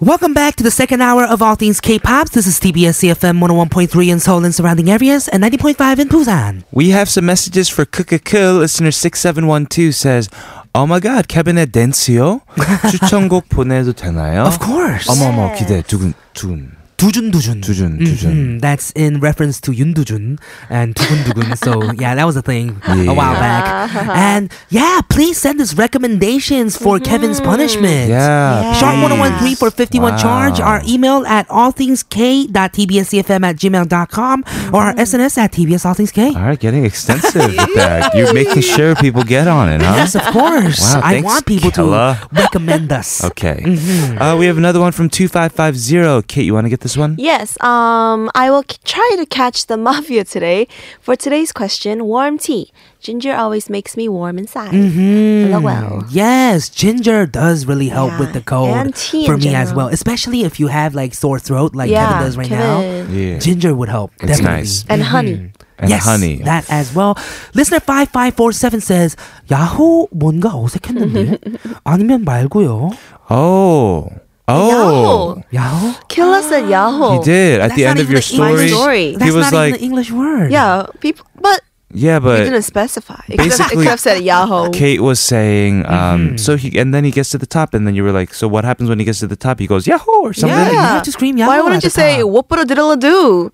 [SPEAKER 2] Welcome back to the second hour of All Things K-Pop. This is TBS CFM 101.3 in Seoul and surrounding areas and 90.5 in Busan.
[SPEAKER 1] We have some messages for Kukaku. Listener 6712 says, Oh my god, 캐비넷 댄스요? 추천곡 보내도 되나요?
[SPEAKER 2] Of course.
[SPEAKER 1] 어머머, 기대. 두근, 두근.
[SPEAKER 2] Dujun Dujun.
[SPEAKER 1] 두준, 두준.
[SPEAKER 2] Mhm, That's in reference to Yun Dujun and Dugun Dugun. So yeah, that was a thing
[SPEAKER 1] Yeah.
[SPEAKER 2] a while back. And yeah, please send us recommendations for Kevin's punishment.
[SPEAKER 1] Yeah.
[SPEAKER 2] Sharp
[SPEAKER 1] please.
[SPEAKER 2] 1013 for 51
[SPEAKER 1] Wow.
[SPEAKER 2] charge. Our email at allthingsk.tbscfm at gmail.com or our SNS at TBS All Things K.
[SPEAKER 1] All right, getting extensive with that. You're making sure people get on it, huh?
[SPEAKER 2] Yes, of course.
[SPEAKER 1] Wow,
[SPEAKER 2] I
[SPEAKER 1] thanks,
[SPEAKER 2] want people
[SPEAKER 1] Kella.
[SPEAKER 2] to recommend us.
[SPEAKER 1] Okay.
[SPEAKER 2] Mm-hmm.
[SPEAKER 1] Uh, we have another one from 2550. Kate, you want to get this one?
[SPEAKER 6] Yes, um, I will c- try to catch the mafia today. For today's question, warm tea. Ginger always makes me warm inside.
[SPEAKER 2] Mm-hmm.
[SPEAKER 6] LOL.
[SPEAKER 2] Mm, Yes, ginger does really help
[SPEAKER 6] Oh, Yeah,
[SPEAKER 2] with the cold
[SPEAKER 6] and tea
[SPEAKER 2] for
[SPEAKER 6] in
[SPEAKER 2] me as
[SPEAKER 6] general.
[SPEAKER 2] well, especially if you have like sore throat like
[SPEAKER 6] Yeah,
[SPEAKER 2] Kevin does right
[SPEAKER 6] Kevin.
[SPEAKER 2] now. Mm-hmm.
[SPEAKER 1] Yeah.
[SPEAKER 2] Ginger would help.
[SPEAKER 1] It's
[SPEAKER 2] definitely.
[SPEAKER 1] nice.
[SPEAKER 6] And honey.
[SPEAKER 1] And
[SPEAKER 2] yes,
[SPEAKER 1] honey.
[SPEAKER 2] That as well. Listener 5547 says, 야호 뭔가 어색했는데? 아니면 말고요.
[SPEAKER 1] Oh. Oh.
[SPEAKER 6] Yahoo!
[SPEAKER 2] 야호?
[SPEAKER 6] Killa said Yahoo.
[SPEAKER 1] He did. At
[SPEAKER 2] That's
[SPEAKER 1] the
[SPEAKER 2] not
[SPEAKER 1] end of
[SPEAKER 2] even
[SPEAKER 1] your
[SPEAKER 2] the
[SPEAKER 1] story,
[SPEAKER 2] English-
[SPEAKER 6] story.
[SPEAKER 1] he
[SPEAKER 2] That's
[SPEAKER 1] was
[SPEAKER 2] not
[SPEAKER 1] like,
[SPEAKER 2] even the English word.
[SPEAKER 6] Yeah, people, but
[SPEAKER 1] yeah,
[SPEAKER 6] you
[SPEAKER 1] but
[SPEAKER 6] didn't specify. Except,
[SPEAKER 1] Basically-
[SPEAKER 6] except said Yahoo.
[SPEAKER 1] Kate was saying,
[SPEAKER 2] Mm-hmm.
[SPEAKER 1] um, so he, and then he gets to the top, and then you were like, so what happens when he gets to the top? He goes, Yahoo! or something.
[SPEAKER 2] Yeah. You have to scream
[SPEAKER 6] Why
[SPEAKER 2] Yahoo
[SPEAKER 6] wouldn't
[SPEAKER 2] at
[SPEAKER 6] you
[SPEAKER 2] the
[SPEAKER 6] say Oh,
[SPEAKER 2] top.
[SPEAKER 6] whoopity diddle do?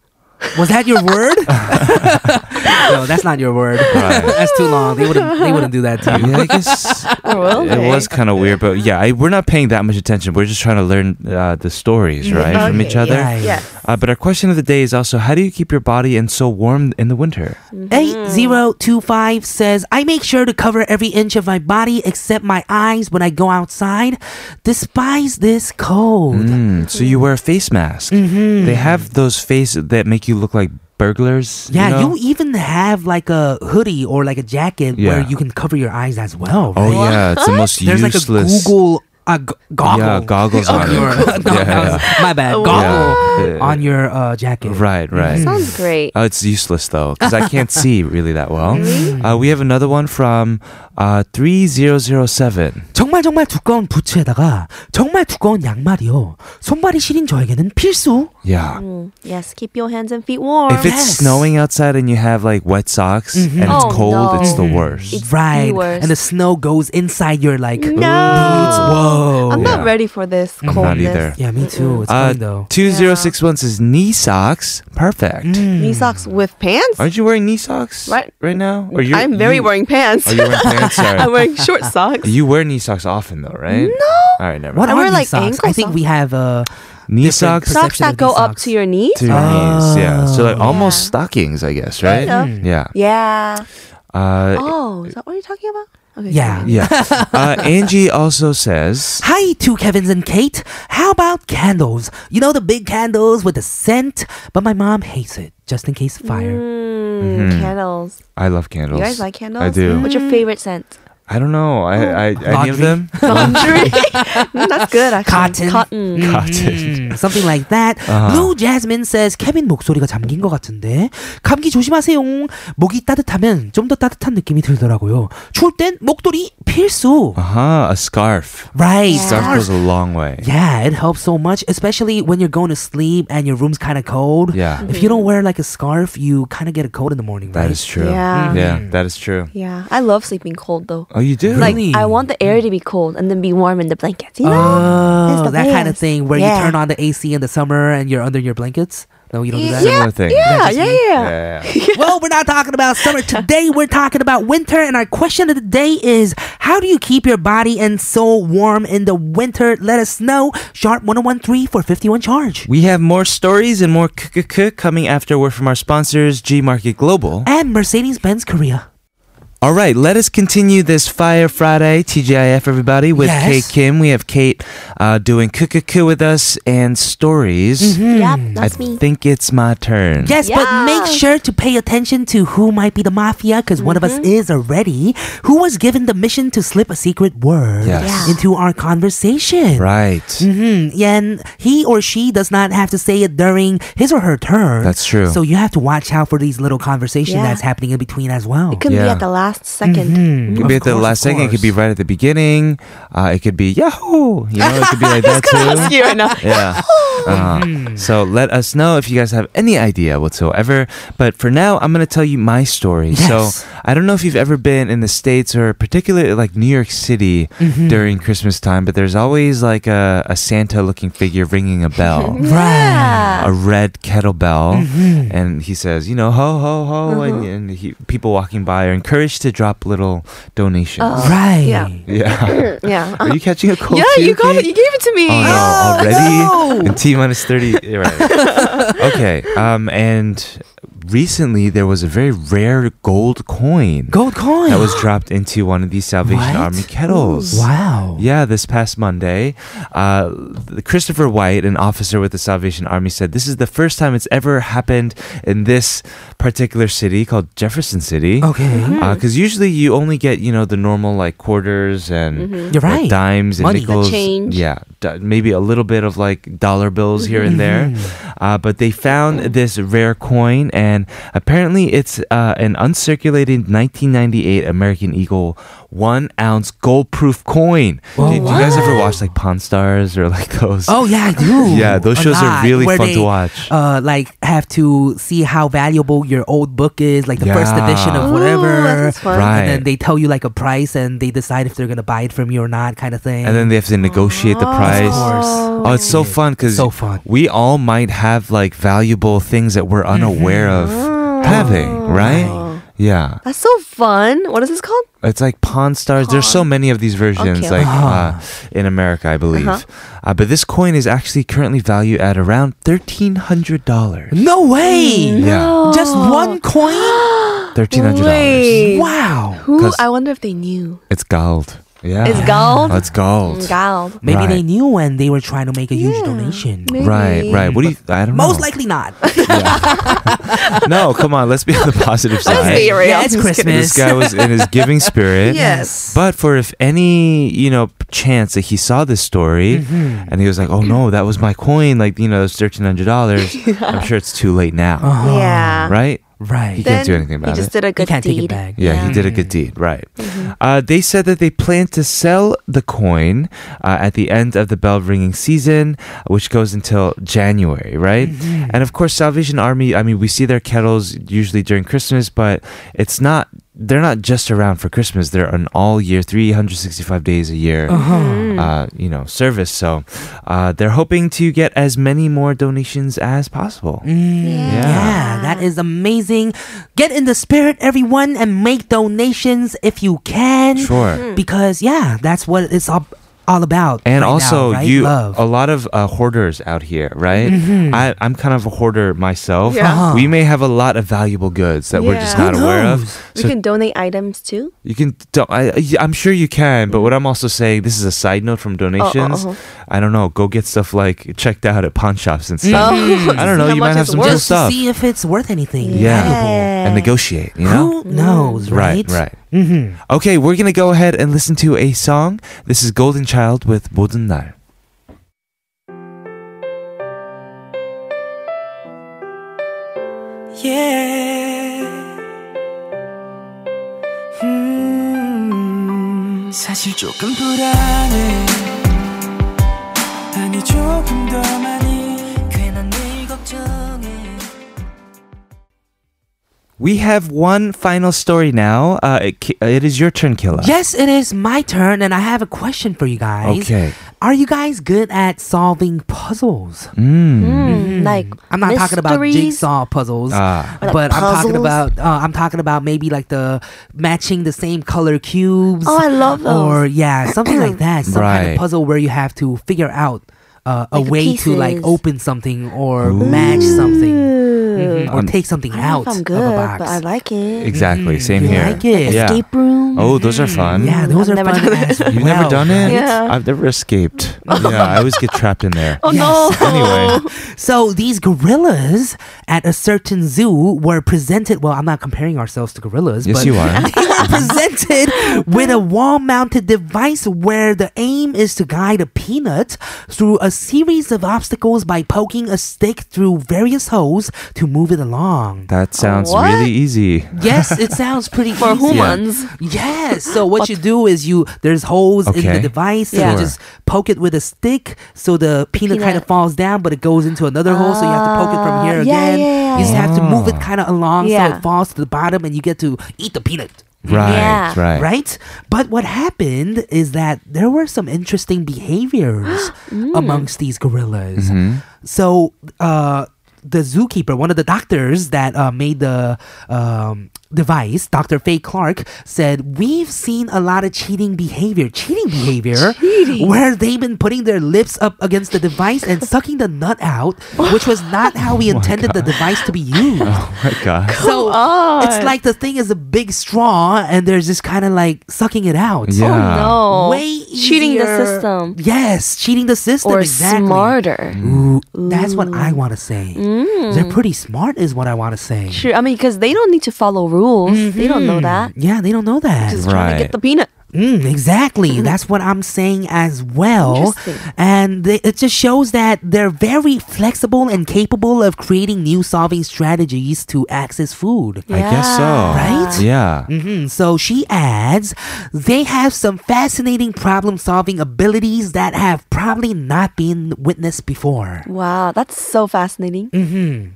[SPEAKER 2] Was that your word? no, that's not your word. that's too long. They wouldn't they wouldn't do that to you.
[SPEAKER 1] Yeah, I guess it was kind of weird, but yeah, I, we're not paying that much attention. We're just trying to learn uh, the stories, right, from each other.
[SPEAKER 2] Mm-hmm. Yeah.
[SPEAKER 6] Yes.
[SPEAKER 1] Uh, but our question of the day is also, how do you keep your body in so warm in the winter?
[SPEAKER 2] 8025 says, I make sure to cover every inch of my body except my eyes when I go outside. Despise this cold.
[SPEAKER 1] Mm, so you wear a face mask.
[SPEAKER 2] Mm-hmm.
[SPEAKER 1] They have those faces that make you look like burglars.
[SPEAKER 2] Yeah,
[SPEAKER 1] you, know?
[SPEAKER 2] you even have like a hoodie or like a jacket where
[SPEAKER 1] Yeah.
[SPEAKER 2] you can cover your eyes as well.
[SPEAKER 1] Oh
[SPEAKER 2] Right?
[SPEAKER 1] yeah, it's the most
[SPEAKER 2] There's
[SPEAKER 1] useless.
[SPEAKER 2] like a Google uh, g- goggle.
[SPEAKER 1] Yeah, goggles
[SPEAKER 2] Oh,
[SPEAKER 1] on it.
[SPEAKER 2] your-
[SPEAKER 1] Yeah,
[SPEAKER 2] no, that was- My bad. Goggle
[SPEAKER 1] Yeah. Uh,
[SPEAKER 2] on your uh, jacket.
[SPEAKER 1] Right, right.
[SPEAKER 6] Sounds great.
[SPEAKER 1] Oh, it's useless though, because I can't see really that well. Uh, we have another one from uh, 3007.
[SPEAKER 2] 정말 정말 두꺼운 부츠에다가 정말 두꺼운 양말이요. 손발이 시린 저에게는 필수.
[SPEAKER 1] Yeah.
[SPEAKER 6] Mm, yes, keep your hands and feet warm.
[SPEAKER 1] If it's
[SPEAKER 2] Yes.
[SPEAKER 1] snowing outside and you have like wet socks and it's
[SPEAKER 6] Oh,
[SPEAKER 1] cold,
[SPEAKER 6] no.
[SPEAKER 1] it's the worst.
[SPEAKER 6] It's the
[SPEAKER 2] right.
[SPEAKER 6] worst.
[SPEAKER 2] And the snow goes inside your like
[SPEAKER 6] no.
[SPEAKER 2] boots. Whoa.
[SPEAKER 6] I'm not
[SPEAKER 1] Yeah.
[SPEAKER 6] ready for this
[SPEAKER 1] not
[SPEAKER 6] coldness.
[SPEAKER 1] either.
[SPEAKER 2] yeah, me too. It's
[SPEAKER 1] Uh,
[SPEAKER 2] fun though.
[SPEAKER 1] 2061 says knee socks. Perfect.
[SPEAKER 2] Mm.
[SPEAKER 6] Knee socks with pants?
[SPEAKER 1] Aren't you wearing knee socks
[SPEAKER 6] Right.
[SPEAKER 1] right now? Or you're-
[SPEAKER 6] I'm very
[SPEAKER 1] you-
[SPEAKER 6] wearing pants.
[SPEAKER 1] Are you wearing pants?
[SPEAKER 6] I'm
[SPEAKER 1] Sorry.
[SPEAKER 6] wearing short socks.
[SPEAKER 1] you wear knee socks often though, right? No. All right, never.
[SPEAKER 2] What
[SPEAKER 1] mind.
[SPEAKER 6] I
[SPEAKER 2] are
[SPEAKER 6] wear,
[SPEAKER 2] these
[SPEAKER 6] like,
[SPEAKER 2] socks?
[SPEAKER 6] ankle
[SPEAKER 2] I think
[SPEAKER 6] socks.
[SPEAKER 2] we have uh
[SPEAKER 1] Knee
[SPEAKER 2] different
[SPEAKER 1] socks
[SPEAKER 2] perception
[SPEAKER 6] Socks that
[SPEAKER 2] of
[SPEAKER 6] go
[SPEAKER 2] these
[SPEAKER 6] up
[SPEAKER 2] socks.
[SPEAKER 6] to your knees?
[SPEAKER 1] to your knees. Yeah. So like
[SPEAKER 2] Oh.
[SPEAKER 1] almost stockings, I guess, right?
[SPEAKER 2] Mm-hmm.
[SPEAKER 6] Kind
[SPEAKER 1] Yeah.
[SPEAKER 6] Yeah.
[SPEAKER 1] Uh,
[SPEAKER 6] Oh, is that what you're talking about? Okay.
[SPEAKER 2] Yeah.
[SPEAKER 1] yeah. Uh, Angie also says,
[SPEAKER 2] Hi to Kevin's and Kate. How about candles? You know the big candles with the scent, but my mom hates it just in case of fire.
[SPEAKER 6] Mm, Candles.
[SPEAKER 1] "I love Mm-hmm. candles.
[SPEAKER 6] You guys like candles? Mm. Oh.
[SPEAKER 1] I do.
[SPEAKER 6] What's
[SPEAKER 2] Mm.
[SPEAKER 6] your favorite scent?
[SPEAKER 1] I don't know. I, I any
[SPEAKER 2] Laundry.
[SPEAKER 1] of them?
[SPEAKER 6] Laundry. Mm, That's good. Actually.
[SPEAKER 2] Cotton.
[SPEAKER 1] Mm,
[SPEAKER 6] Cotton.
[SPEAKER 1] Cotton.
[SPEAKER 2] 음, something like that. Blue Jasmine says 케빈 목소리가 잠긴 것 같은데 감기 조심하세요. 목이 따뜻하면 좀 더 따뜻한 느낌이 들더라고요. 추울 땐 목도리 필수.
[SPEAKER 1] Uh huh. A scarf.
[SPEAKER 2] Right.
[SPEAKER 1] Scarf goes a long way.
[SPEAKER 2] Yeah, it helps so much, especially when you're going to sleep and your room's kind of cold.
[SPEAKER 1] Yeah.
[SPEAKER 2] If you don't wear like a scarf, you kind of get a cold in the morning, right?
[SPEAKER 1] That is true.
[SPEAKER 2] Mm-hmm.
[SPEAKER 6] Yeah.
[SPEAKER 1] Yeah, that is true.
[SPEAKER 6] Yeah. I love sleeping cold though.
[SPEAKER 1] Oh, you do?
[SPEAKER 6] Like
[SPEAKER 2] Really?
[SPEAKER 6] I want the air to be cold and then be warm in the blankets. You know? It's
[SPEAKER 2] Oh,
[SPEAKER 6] the
[SPEAKER 2] that kind of
[SPEAKER 6] best.
[SPEAKER 2] thing where you
[SPEAKER 6] Yeah.
[SPEAKER 2] turn on the AC in the summer and you're under your blankets. No, you don't do that.
[SPEAKER 1] similar thing.
[SPEAKER 6] yeah, yeah, yeah.
[SPEAKER 1] Yeah.
[SPEAKER 2] well, we're not talking about summer today. We're talking about winter. And our question of the day is How do you keep your body and soul warm in the winter? Let us know. Sharp 1013 for 51 charge.
[SPEAKER 1] We have more stories and more kukuku coming after word from our sponsors, G Market Global.
[SPEAKER 2] And Mercedes Benz Korea.
[SPEAKER 1] All right, let us continue this Fire Friday TGIF, everybody, with
[SPEAKER 2] Yes.
[SPEAKER 1] Kate Kim. We have Kate uh, doing cuckoo with us and stories.
[SPEAKER 6] Yep,
[SPEAKER 1] I
[SPEAKER 6] Mm-hmm. that's me.
[SPEAKER 1] think it's my turn.
[SPEAKER 2] Yes, but make sure to pay attention to who might be the mafia because one of us
[SPEAKER 6] Mm-hmm.
[SPEAKER 2] is already. Who was given the mission to slip a secret word
[SPEAKER 1] Yes. Yeah.
[SPEAKER 2] into our conversation?
[SPEAKER 1] Right.
[SPEAKER 2] Mm, and he or she does not have to say it during his or her turn.
[SPEAKER 1] That's true.
[SPEAKER 2] So you have to watch out for these little conversations
[SPEAKER 6] Yeah.
[SPEAKER 2] that's happening in between as well.
[SPEAKER 6] It could be
[SPEAKER 1] Yeah. Mm-hmm.
[SPEAKER 6] at the last 2nd
[SPEAKER 1] It could be at the
[SPEAKER 2] course,
[SPEAKER 1] last second.
[SPEAKER 2] Hmm, of
[SPEAKER 1] It could be
[SPEAKER 2] course.
[SPEAKER 1] right at the beginning. Uh, it could be Yahoo! You know, it could be like that too.
[SPEAKER 6] right now.
[SPEAKER 1] Yeah.
[SPEAKER 2] Hmm.
[SPEAKER 1] Uh, so let us know if you guys have any idea whatsoever. But for now, I'm going to tell you my story.
[SPEAKER 2] Yes.
[SPEAKER 1] So I don't know if you've ever been in the States or particularly like New York City
[SPEAKER 2] Mm-hmm.
[SPEAKER 1] during Christmas time, but there's always like a, a Santa looking figure ringing a bell.
[SPEAKER 2] Right.
[SPEAKER 1] A red kettlebell,
[SPEAKER 6] Mm-hmm.
[SPEAKER 1] and he says, "You know, ho ho ho," and, and he, people walking by are encouraged to drop little donations.
[SPEAKER 2] Right.
[SPEAKER 6] Yeah.
[SPEAKER 1] Yeah.
[SPEAKER 6] Yeah.
[SPEAKER 1] Are you catching a cold?
[SPEAKER 6] Oh. yeah,
[SPEAKER 1] too,
[SPEAKER 6] you got
[SPEAKER 1] Kate?
[SPEAKER 6] it. You gave it to me.
[SPEAKER 1] Oh no!
[SPEAKER 2] Oh,
[SPEAKER 1] Already in T minus thirty. yeah, right. okay. Um. And recently there was a very rare gold coin
[SPEAKER 2] Gold coin.
[SPEAKER 1] that was dropped into one of these Salvation
[SPEAKER 2] What?
[SPEAKER 1] Army kettles.
[SPEAKER 2] wow.
[SPEAKER 1] Yeah, this past Monday, uh, the- Christopher White, an officer with the Salvation Army, said this is the first time it's ever happened in this particular city called Jefferson City.
[SPEAKER 2] Okay.
[SPEAKER 6] Mm-hmm.
[SPEAKER 1] Because usually you only get you know the normal like quarters and
[SPEAKER 2] You're
[SPEAKER 1] like,
[SPEAKER 2] right.
[SPEAKER 1] dimes and
[SPEAKER 2] Money. The
[SPEAKER 1] nickels,
[SPEAKER 6] change.
[SPEAKER 1] yeah, d- maybe a little bit of like dollar bills here and there.
[SPEAKER 2] Mm-hmm.
[SPEAKER 1] Uh, but they found this rare coin, and apparently it's uh, an uncirculated 1998 American Eagle one ounce gold proof coin. Do, do you guys ever watch like Pawn Stars or like those?
[SPEAKER 2] Oh yeah, I do.
[SPEAKER 1] Yeah, those
[SPEAKER 2] A
[SPEAKER 1] shows are
[SPEAKER 2] lot,
[SPEAKER 1] really
[SPEAKER 2] where
[SPEAKER 1] fun to
[SPEAKER 2] they,
[SPEAKER 1] watch.
[SPEAKER 2] Uh, like have to see how valuable your old book is, like the first
[SPEAKER 1] Yeah.
[SPEAKER 2] edition of
[SPEAKER 1] Ooh,
[SPEAKER 2] whatever.
[SPEAKER 6] that's Oh, fun.
[SPEAKER 1] Right.
[SPEAKER 2] And then they tell you like a price, and they decide if they're gonna buy it from you or not, kind of thing.
[SPEAKER 1] And then they have to negotiate the
[SPEAKER 2] Oh, of
[SPEAKER 1] price.
[SPEAKER 2] course.
[SPEAKER 1] Oh, it's so fun because
[SPEAKER 2] So fun.
[SPEAKER 1] we all might have like valuable things that we're unaware
[SPEAKER 2] Mm-hmm.
[SPEAKER 1] of having, right? Yeah.
[SPEAKER 6] Oh. That's so fun. What is this called?
[SPEAKER 1] It's like Pawn Stars. There's so many of these versions,
[SPEAKER 6] Okay,
[SPEAKER 1] like
[SPEAKER 6] okay.
[SPEAKER 1] uh, in America, I believe. uh but this coin is actually currently valued at around thirteen hundred dollars.
[SPEAKER 2] no way.
[SPEAKER 1] Yeah,
[SPEAKER 6] Mm-hmm.
[SPEAKER 2] Just one coin.
[SPEAKER 1] thirteen hundred dollars.
[SPEAKER 6] Wait.
[SPEAKER 2] wow.
[SPEAKER 6] Who?
[SPEAKER 1] 'Cause- Ah,
[SPEAKER 6] I wonder if they knew. Mm,
[SPEAKER 1] It's gold. Yeah, Oh,
[SPEAKER 6] It's gold?
[SPEAKER 1] It's gold.
[SPEAKER 6] Gal.
[SPEAKER 2] Maybe
[SPEAKER 1] Right.
[SPEAKER 2] they knew when they were trying to make a huge donation.
[SPEAKER 1] Right, right. What do you? I don't
[SPEAKER 2] Most
[SPEAKER 1] know.
[SPEAKER 2] likely not.
[SPEAKER 1] no, come on. Let's be on the positive side.
[SPEAKER 6] Let's be real.
[SPEAKER 2] yeah, it's
[SPEAKER 1] This
[SPEAKER 2] Christmas.
[SPEAKER 1] guy was in his giving spirit.
[SPEAKER 6] Yes.
[SPEAKER 1] But for if any, you know, chance that he saw this story and he was like, oh no, that was my coin. Like, you know, it's $1,300. I'm sure it's too late now. Oh,
[SPEAKER 6] Yeah.
[SPEAKER 1] Right?
[SPEAKER 2] Right.
[SPEAKER 1] He can't do anything
[SPEAKER 6] he
[SPEAKER 1] about
[SPEAKER 6] just
[SPEAKER 1] it.
[SPEAKER 6] did a
[SPEAKER 2] You
[SPEAKER 6] good
[SPEAKER 2] can't take it
[SPEAKER 6] deed.
[SPEAKER 2] back.
[SPEAKER 1] Yeah, he did a good deed, right? Uh, they said that they plan to sell the coin uh, at the end of the bell ringing season, which goes until January, right? And of course, Salvation Army. I mean, we see their kettles usually during Christmas, but it's not. They're not just around for Christmas. They're an all year, 365 days a year, uh, you know, service. So uh, they're hoping to get as many more donations as possible.
[SPEAKER 2] Yeah, that is amazing. Get in the spirit, everyone, and make donations if you can.
[SPEAKER 1] Sure.
[SPEAKER 2] Because, yeah, that's what it's all, all about.
[SPEAKER 1] And
[SPEAKER 2] right
[SPEAKER 1] also,
[SPEAKER 2] now, right?
[SPEAKER 1] you
[SPEAKER 2] Love. Mm-hmm.
[SPEAKER 1] a lot of uh, hoarders out here, right? I, I'm kind of a hoarder myself.
[SPEAKER 6] Yeah.
[SPEAKER 2] Uh-huh.
[SPEAKER 1] We may have a lot of valuable goods that we're just
[SPEAKER 6] Yeah.
[SPEAKER 1] not
[SPEAKER 2] Who
[SPEAKER 1] aware
[SPEAKER 2] knows?
[SPEAKER 1] of.
[SPEAKER 6] We
[SPEAKER 1] So
[SPEAKER 6] can donate items too.
[SPEAKER 1] you can, do- I, I- I'm sure you can, but what I'm also saying, this is a side note from donations.
[SPEAKER 6] uh-huh.
[SPEAKER 1] I don't know. Go get stuff like checked out at pawn shops and stuff.
[SPEAKER 6] Oh,
[SPEAKER 1] I don't know.
[SPEAKER 6] how
[SPEAKER 1] You
[SPEAKER 6] much
[SPEAKER 1] might have
[SPEAKER 6] it's
[SPEAKER 1] some cool
[SPEAKER 6] worth.
[SPEAKER 2] Just to
[SPEAKER 1] stuff.
[SPEAKER 2] see if it's worth anything.
[SPEAKER 1] Yeah.
[SPEAKER 2] valuable.
[SPEAKER 1] And negotiate, you know?
[SPEAKER 2] Who knows, right?
[SPEAKER 1] Right, Mm-hmm. Okay, we're going to go ahead and listen to a song. This is Golden Child with 모든 날.
[SPEAKER 4] 음, 사실 조금 불안해 아니 조금 더 많이 괜한 일 걱정해
[SPEAKER 1] We have one final story now. Uh, it, Ki- uh, it is your turn, Killa.
[SPEAKER 2] Yes, it is my turn, and I have a question for you guys.
[SPEAKER 1] Okay.
[SPEAKER 2] Are you guys good at solving puzzles?
[SPEAKER 1] Mm-hmm.
[SPEAKER 6] Mm, like
[SPEAKER 2] I'm not talking about
[SPEAKER 6] mysteries.
[SPEAKER 2] jigsaw puzzles,
[SPEAKER 1] Ah.
[SPEAKER 6] Or like
[SPEAKER 2] but I'm talking
[SPEAKER 6] puzzles?
[SPEAKER 2] about uh, I'm talking about maybe like the matching the same color cubes.
[SPEAKER 6] Oh, I love those.
[SPEAKER 2] Or yeah, something like that. Some
[SPEAKER 1] Right.
[SPEAKER 2] kind of puzzle where you have to figure out uh, a
[SPEAKER 6] Like
[SPEAKER 2] way to like
[SPEAKER 6] pieces.
[SPEAKER 2] open something or match something Mm-hmm.
[SPEAKER 6] Ooh.
[SPEAKER 2] or
[SPEAKER 1] Um,
[SPEAKER 2] take something
[SPEAKER 6] Mm-hmm. I
[SPEAKER 2] out
[SPEAKER 6] don't know if I'm
[SPEAKER 2] of
[SPEAKER 6] good,
[SPEAKER 2] a
[SPEAKER 6] but
[SPEAKER 2] box. Mm,
[SPEAKER 6] I like it.
[SPEAKER 1] Exactly. Same
[SPEAKER 2] You
[SPEAKER 1] here.
[SPEAKER 2] like it?
[SPEAKER 1] Yeah.
[SPEAKER 6] Escape room.
[SPEAKER 1] Oh, those are fun.
[SPEAKER 2] yeah, those
[SPEAKER 6] I've
[SPEAKER 2] are
[SPEAKER 6] never
[SPEAKER 2] fun.
[SPEAKER 6] done
[SPEAKER 2] as
[SPEAKER 6] it.
[SPEAKER 1] You've never
[SPEAKER 2] well,
[SPEAKER 1] done it?
[SPEAKER 2] right?
[SPEAKER 6] Yeah.
[SPEAKER 1] I've never escaped. yeah, I always get trapped in there.
[SPEAKER 6] Oh no.
[SPEAKER 1] Anyway.
[SPEAKER 2] So these gorillas at a certain zoo were presented. Well, I'm not comparing ourselves to gorillas.
[SPEAKER 1] Yes,
[SPEAKER 2] but
[SPEAKER 1] you are. Mm-hmm.
[SPEAKER 2] They were presented with a wall-mounted device where the aim is to guide a peanut through a series of obstacles by poking a stick through various holes to move it along.
[SPEAKER 1] That sounds
[SPEAKER 6] What?
[SPEAKER 1] really easy.
[SPEAKER 2] Yes, it sounds pretty
[SPEAKER 6] For
[SPEAKER 2] easy.
[SPEAKER 6] humans.
[SPEAKER 2] Yes. So what you do is you there's holes in the
[SPEAKER 1] Okay.
[SPEAKER 2] device.
[SPEAKER 1] Yeah.
[SPEAKER 2] So you
[SPEAKER 1] Sure.
[SPEAKER 2] just poke it with a stick, so the peanut, kind of
[SPEAKER 6] peanut.
[SPEAKER 2] falls down, but it goes into another hole. So you have to poke it from
[SPEAKER 6] Ah,
[SPEAKER 2] here
[SPEAKER 6] yeah,
[SPEAKER 2] again.
[SPEAKER 6] yeah, yeah,
[SPEAKER 2] you just have to move it kind of along so
[SPEAKER 6] Yeah.
[SPEAKER 2] it falls to the bottom, and you get to eat the peanut.
[SPEAKER 1] Right,
[SPEAKER 6] Yeah.
[SPEAKER 1] right.
[SPEAKER 2] Right? But what happened is that there were some interesting behaviors amongst these gorillas. So, uh, the zookeeper, one of the doctors that uh, made the um, device, Dr. Faye Clark, said, We've seen a lot of cheating behavior, cheating behavior, where they've been putting their lips up against the device and sucking the nut out, which was not how we intended the device to be used.
[SPEAKER 1] Oh my god.
[SPEAKER 2] So
[SPEAKER 6] on.
[SPEAKER 2] it's like the thing is a big straw, and they're just kind of like sucking it out.
[SPEAKER 1] Yeah.
[SPEAKER 6] Oh no.
[SPEAKER 2] Way
[SPEAKER 6] Cheating the
[SPEAKER 2] easier-
[SPEAKER 6] system.
[SPEAKER 2] Yes, cheating the system.
[SPEAKER 6] Or
[SPEAKER 2] exactly.
[SPEAKER 6] smarter.
[SPEAKER 2] Ooh, that's what I want to say. They're pretty smart, is what I want to say.
[SPEAKER 6] Mm. Sure. I mean, because they don't need to follow rules. They don't know that.
[SPEAKER 2] Yeah, they don't know that.
[SPEAKER 6] Just trying
[SPEAKER 1] Mm-hmm.
[SPEAKER 6] to
[SPEAKER 1] Right.
[SPEAKER 6] get the peanut.
[SPEAKER 2] Mm, exactly. That's what I'm saying as well.
[SPEAKER 6] Interesting.
[SPEAKER 2] And they, it just shows that they're very flexible and capable of creating new solving strategies to access food.
[SPEAKER 1] I guess so.
[SPEAKER 2] Right?
[SPEAKER 1] Yeah.
[SPEAKER 2] hmm So she adds, they have some fascinating problem solving abilities that have probably not been witnessed before.
[SPEAKER 6] Wow, that's so fascinating.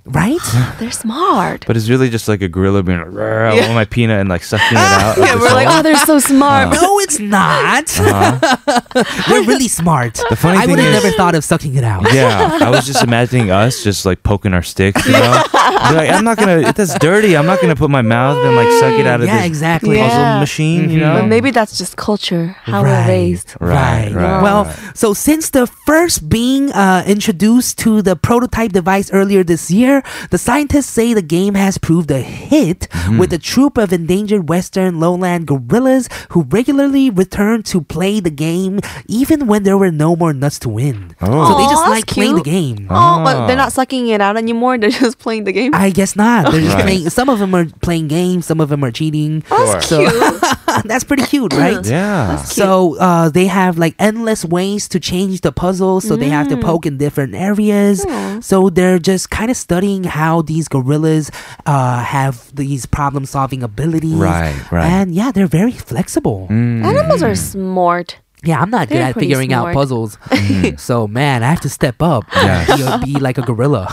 [SPEAKER 2] Right?
[SPEAKER 6] They're smart.
[SPEAKER 1] Mm. But it's really just like a gorilla being like, "Rrr, I want my peanut and like sucking it out. of
[SPEAKER 6] yeah,
[SPEAKER 1] the
[SPEAKER 6] we're like,
[SPEAKER 1] soul.
[SPEAKER 6] oh, they're so smart.
[SPEAKER 2] no, it's not. They're really smart.
[SPEAKER 1] Uh-huh. The funny
[SPEAKER 2] I
[SPEAKER 1] thing
[SPEAKER 2] would have
[SPEAKER 1] is-
[SPEAKER 2] never thought of sucking it out.
[SPEAKER 1] yeah, I was just imagining us just like poking our sticks, you know? They're like, I'm not gonna, it- that's dirty. I'm not gonna put my mouth and like suck it out of
[SPEAKER 2] Yeah,
[SPEAKER 1] this
[SPEAKER 2] exactly. Mm-hmm.
[SPEAKER 1] puzzle
[SPEAKER 6] Yeah.
[SPEAKER 1] machine, you know?
[SPEAKER 6] But maybe that's just culture, how we're raised.
[SPEAKER 1] Right, right,
[SPEAKER 2] Well,
[SPEAKER 1] right.
[SPEAKER 2] so since the first being uh, introduced to the prototype device earlier this year, the scientists say the game has proved a hit
[SPEAKER 6] Mm-hmm.
[SPEAKER 2] with a troop of endangered western lowland gorillas who regularly return to play the game even when there were no more nuts to win.
[SPEAKER 1] Oh.
[SPEAKER 2] So they just
[SPEAKER 6] Aw,
[SPEAKER 2] like
[SPEAKER 6] that's
[SPEAKER 2] playing the
[SPEAKER 6] cute.
[SPEAKER 2] game.
[SPEAKER 6] Oh,
[SPEAKER 1] Ah.
[SPEAKER 6] but they're not sucking it out anymore. They're just playing the game.
[SPEAKER 2] I guess not. They're just
[SPEAKER 1] Right.
[SPEAKER 2] playing. Some of them are playing games. Some of them are cheating.
[SPEAKER 6] Oh,
[SPEAKER 1] That's
[SPEAKER 2] So- that's pretty cute, right?
[SPEAKER 1] Yeah.
[SPEAKER 6] cute.
[SPEAKER 2] So uh, they have like endless ways to change the puzzle. So they
[SPEAKER 6] Mm.
[SPEAKER 2] have to poke in different areas. So they're just kind of studying how these gorillas uh, have these problem solving abilities.
[SPEAKER 1] Right, right. Mm.
[SPEAKER 2] And yeah, they're very flexible.
[SPEAKER 6] Animals are smart.
[SPEAKER 2] Yeah, I'm not good
[SPEAKER 6] They're
[SPEAKER 2] at
[SPEAKER 6] pretty
[SPEAKER 2] figuring out
[SPEAKER 6] smart.
[SPEAKER 2] puzzles. so man, I have to step up.
[SPEAKER 1] Mm. Yes.
[SPEAKER 2] Be- Be, like a gorilla.